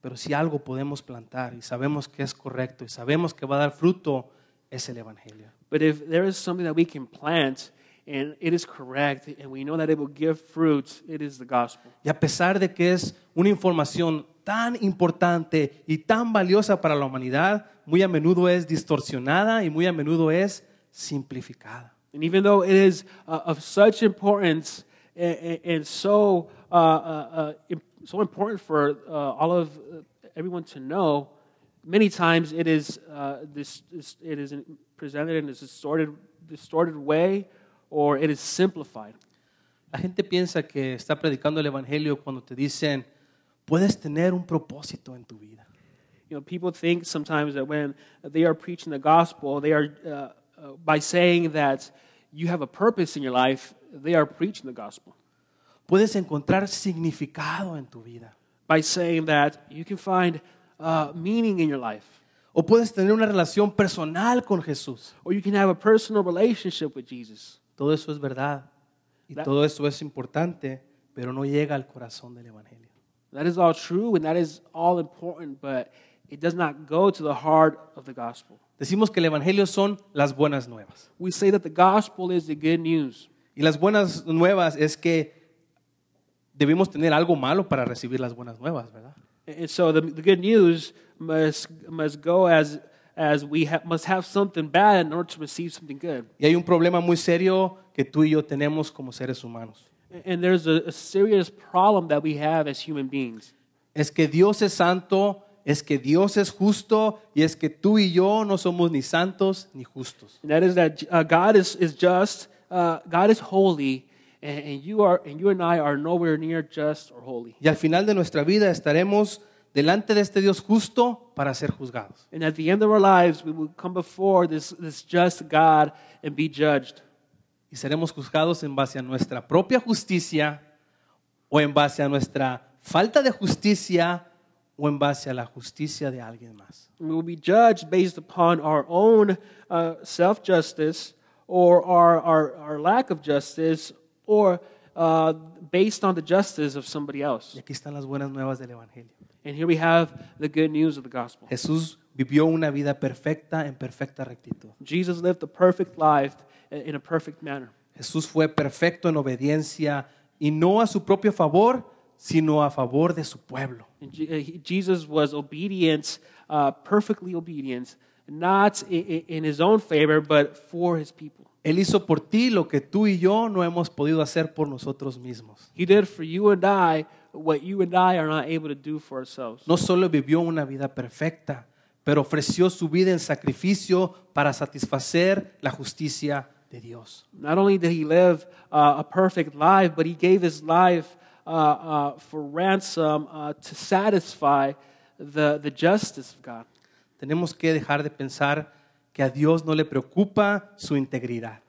[SPEAKER 1] Pero si algo podemos plantar y sabemos que es correcto y sabemos que va a dar fruto, es el Evangelio.
[SPEAKER 2] But if there is something that we can plant and it is correct and we know that it will give fruit, it is the gospel.
[SPEAKER 1] Y a pesar de que es una información tan importante y tan valiosa para la humanidad, muy a menudo es distorsionada y muy a menudo es simplificada.
[SPEAKER 2] And even though it is uh, of such importance and, and, and so, uh, uh, uh, im- so important for uh, all of uh, everyone to know, many times it is, uh, this, this, it is presented in a distorted, distorted way or it is simplified.
[SPEAKER 1] La gente piensa que está predicando el Evangelio cuando te dicen, puedes tener un propósito en tu vida.
[SPEAKER 2] You know, people think sometimes that when they are preaching the gospel, they are uh, uh, by saying that you have a purpose in your life, they are preaching the gospel.
[SPEAKER 1] Puedes encontrar significado en tu vida.
[SPEAKER 2] By saying that you can find uh, meaning in your life,
[SPEAKER 1] O puedes tener una relación personal con Jesús.
[SPEAKER 2] or you can have a personal relationship with Jesus.
[SPEAKER 1] Todo eso es verdad y
[SPEAKER 2] That-
[SPEAKER 1] todo eso es importante, pero no llega al corazón del Evangelio.
[SPEAKER 2] That is all true, and that is all important, but it does not go to the heart of the gospel.
[SPEAKER 1] Decimos que el Evangelio son las buenas nuevas.
[SPEAKER 2] We say that the gospel is the good news.
[SPEAKER 1] Y las buenas nuevas es que debemos tener algo malo para recibir las buenas nuevas, ¿verdad?
[SPEAKER 2] And so the, the good news must, must go as, as we ha- must have something bad in order to receive something good.
[SPEAKER 1] Y hay un problema muy serio que tú y yo tenemos como seres humanos.
[SPEAKER 2] And there's a, a serious problem that we have as human beings.
[SPEAKER 1] Es que Dios es santo, es que Dios es justo y es que tú y yo no somos ni santos ni justos.
[SPEAKER 2] And that is that uh, God is, is just, uh, God is holy, and, and, you are, and you and I are nowhere near just or holy.
[SPEAKER 1] Y al final de nuestra vida estaremos delante de este Dios justo para ser juzgados.
[SPEAKER 2] And at the end of our lives, we will come before this, this just God and be judged.
[SPEAKER 1] Y seremos juzgados en base a nuestra propia justicia o en base a nuestra falta de justicia o en base a la justicia de alguien más.
[SPEAKER 2] We will be judged based upon our own uh, self justice or our, our, our lack of justice or uh, based on the justice of somebody else.
[SPEAKER 1] Y aquí están las buenas nuevas del Evangelio.
[SPEAKER 2] And here we have the good news of the gospel.
[SPEAKER 1] Jesús vivió una vida perfecta en perfecta rectitud.
[SPEAKER 2] Jesus lived a perfect life in a perfect manner.
[SPEAKER 1] Jesús fue perfecto en obediencia y no a su propio favor, sino a favor de su pueblo.
[SPEAKER 2] And Je- uh, he- Jesus was obedient, uh, perfectly obedient, not i- i- in his own favor, but for his people.
[SPEAKER 1] Él hizo por ti lo que tú y yo no hemos podido hacer por nosotros mismos.
[SPEAKER 2] He did for you and I what you and I are not able to do for ourselves.
[SPEAKER 1] No solo vivió una vida perfecta, pero ofreció su vida en sacrificio para satisfacer la justicia de Dios.
[SPEAKER 2] Not only did he live uh, a perfect life, but he gave his life uh, uh, for ransom uh, to satisfy the, the justice of God.
[SPEAKER 1] Tenemos que dejar de pensar que a Dios no le preocupa su integridad.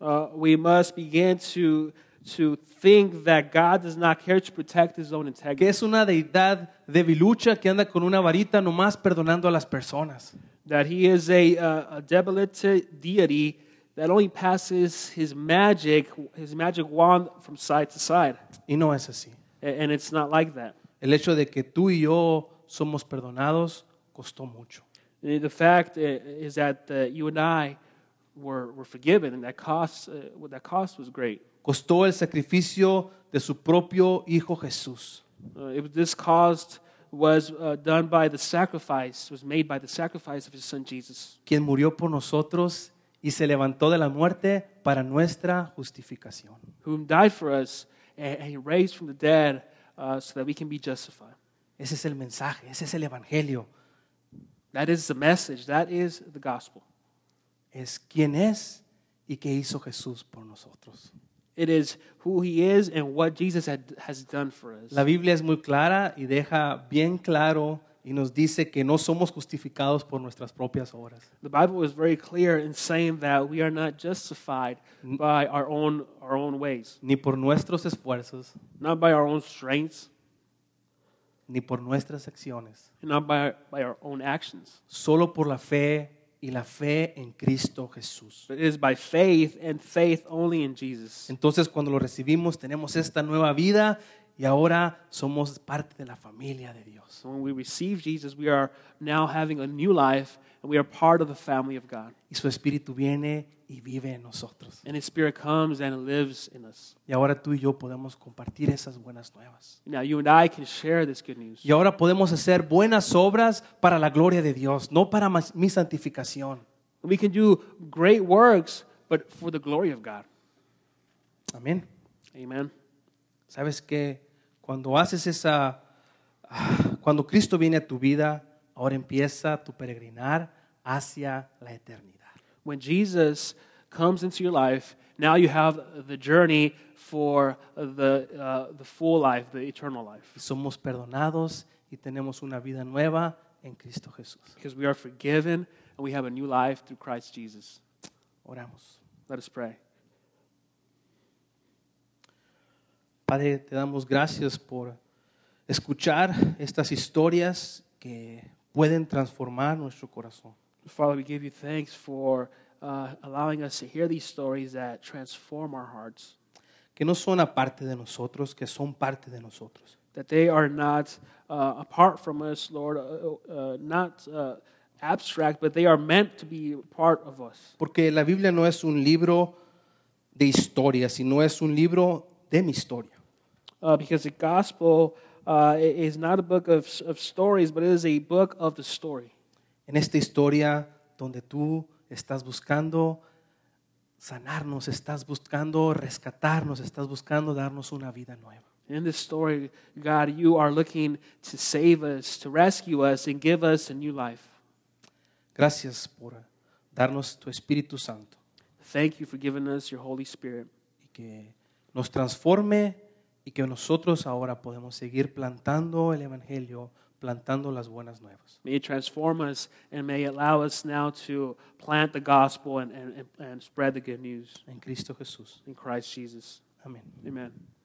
[SPEAKER 2] Uh, we must begin to, to think that God does not care to protect his own
[SPEAKER 1] que
[SPEAKER 2] integrity,
[SPEAKER 1] es una deidad debilucha que anda con una varita nomás perdonando a las personas.
[SPEAKER 2] that he is a, uh, a debilitated deity that only passes his magic, his magic wand from side to side.
[SPEAKER 1] Y no es así.
[SPEAKER 2] A- And it's not like that.
[SPEAKER 1] El hecho de que tú y yo somos perdonados costó mucho.
[SPEAKER 2] The the fact i- is that uh, you and I were, were forgiven, and that cost, uh, well, that cost was great.
[SPEAKER 1] Costó el sacrificio de su propio Hijo Jesús.
[SPEAKER 2] Uh, it, was- this cost was uh, done by the sacrifice, was made by the sacrifice of his son Jesus,
[SPEAKER 1] quien murió por nosotros y se levantó de la muerte para nuestra justificación.
[SPEAKER 2] whom died for us, and, and he raised from the dead uh, so that we can be justified.
[SPEAKER 1] Ese es el mensaje, ese es el Evangelio.
[SPEAKER 2] That is the message, that is the gospel.
[SPEAKER 1] Es quién es y qué hizo Jesús por nosotros.
[SPEAKER 2] It is who he is and what Jesus had, has done for us.
[SPEAKER 1] La Biblia es muy clara y deja bien claro y nos dice que no somos justificados por nuestras propias obras.
[SPEAKER 2] The Bible is very clear in saying that we are not justified by our own, our own ways.
[SPEAKER 1] ni por nuestros esfuerzos,
[SPEAKER 2] not by our own strengths,
[SPEAKER 1] ni por nuestras acciones,
[SPEAKER 2] and not by our, by our own actions,
[SPEAKER 1] solo por la fe y la fe en Cristo Jesús.
[SPEAKER 2] but it is by faith and faith only in Jesus.
[SPEAKER 1] Entonces cuando lo recibimos tenemos esta nueva vida y ahora somos parte de la familia de Dios.
[SPEAKER 2] So when we receive Jesus, we are now having a new life and we are part of the family of God.
[SPEAKER 1] Y su Espíritu viene y vive en nosotros.
[SPEAKER 2] And His Spirit comes and lives in us.
[SPEAKER 1] Y ahora tú y yo podemos compartir esas buenas nuevas.
[SPEAKER 2] Now you and I can share this good news.
[SPEAKER 1] Y ahora podemos hacer buenas obras para la gloria de Dios, no para mas- mi santificación.
[SPEAKER 2] We can do great works, but for the glory of God.
[SPEAKER 1] Amén.
[SPEAKER 2] Amen.
[SPEAKER 1] Sabes que cuando haces esa, ah, cuando Cristo viene a tu vida, ahora empieza tu peregrinar hacia la eternidad.
[SPEAKER 2] When Jesus comes into your life, now you have the journey for the, uh, the full life, the eternal
[SPEAKER 1] Y
[SPEAKER 2] life.
[SPEAKER 1] somos perdonados y tenemos una vida nueva en Cristo Jesús.
[SPEAKER 2] Because we are forgiven and we have a new life through Christ Jesus.
[SPEAKER 1] Oramos.
[SPEAKER 2] Let us pray.
[SPEAKER 1] Padre, te damos gracias por escuchar estas historias que pueden transformar nuestro corazón.
[SPEAKER 2] Father, we give you thanks for uh, allowing us to hear these stories that transform our hearts,
[SPEAKER 1] que no son aparte de nosotros, que son parte de nosotros.
[SPEAKER 2] that they are not uh, apart from us, Lord, uh, uh, not uh, abstract, but they are meant to be part of us.
[SPEAKER 1] Porque la Biblia no es un libro de historia, sino es un libro de mi historia.
[SPEAKER 2] Uh, because the gospel uh, i- is not a book of, of stories, but it is a book of the story.
[SPEAKER 1] En esta historia donde tú estás buscando sanarnos, estás buscando rescatarnos, estás buscando darnos una vida nueva.
[SPEAKER 2] In this story, God, you are looking to save us, to rescue us, and give us a new life.
[SPEAKER 1] Gracias por darnos tu Espíritu Santo
[SPEAKER 2] Thank you for giving us your Holy Spirit.
[SPEAKER 1] y que nos transforme y que nosotros ahora podemos seguir plantando el Evangelio, plantando las buenas nuevas.
[SPEAKER 2] May it transform us and may it allow us now to plant the gospel and, and, and- and spread the good news
[SPEAKER 1] En Cristo Jesús.
[SPEAKER 2] in Christ Jesus.
[SPEAKER 1] Amén.
[SPEAKER 2] Amen.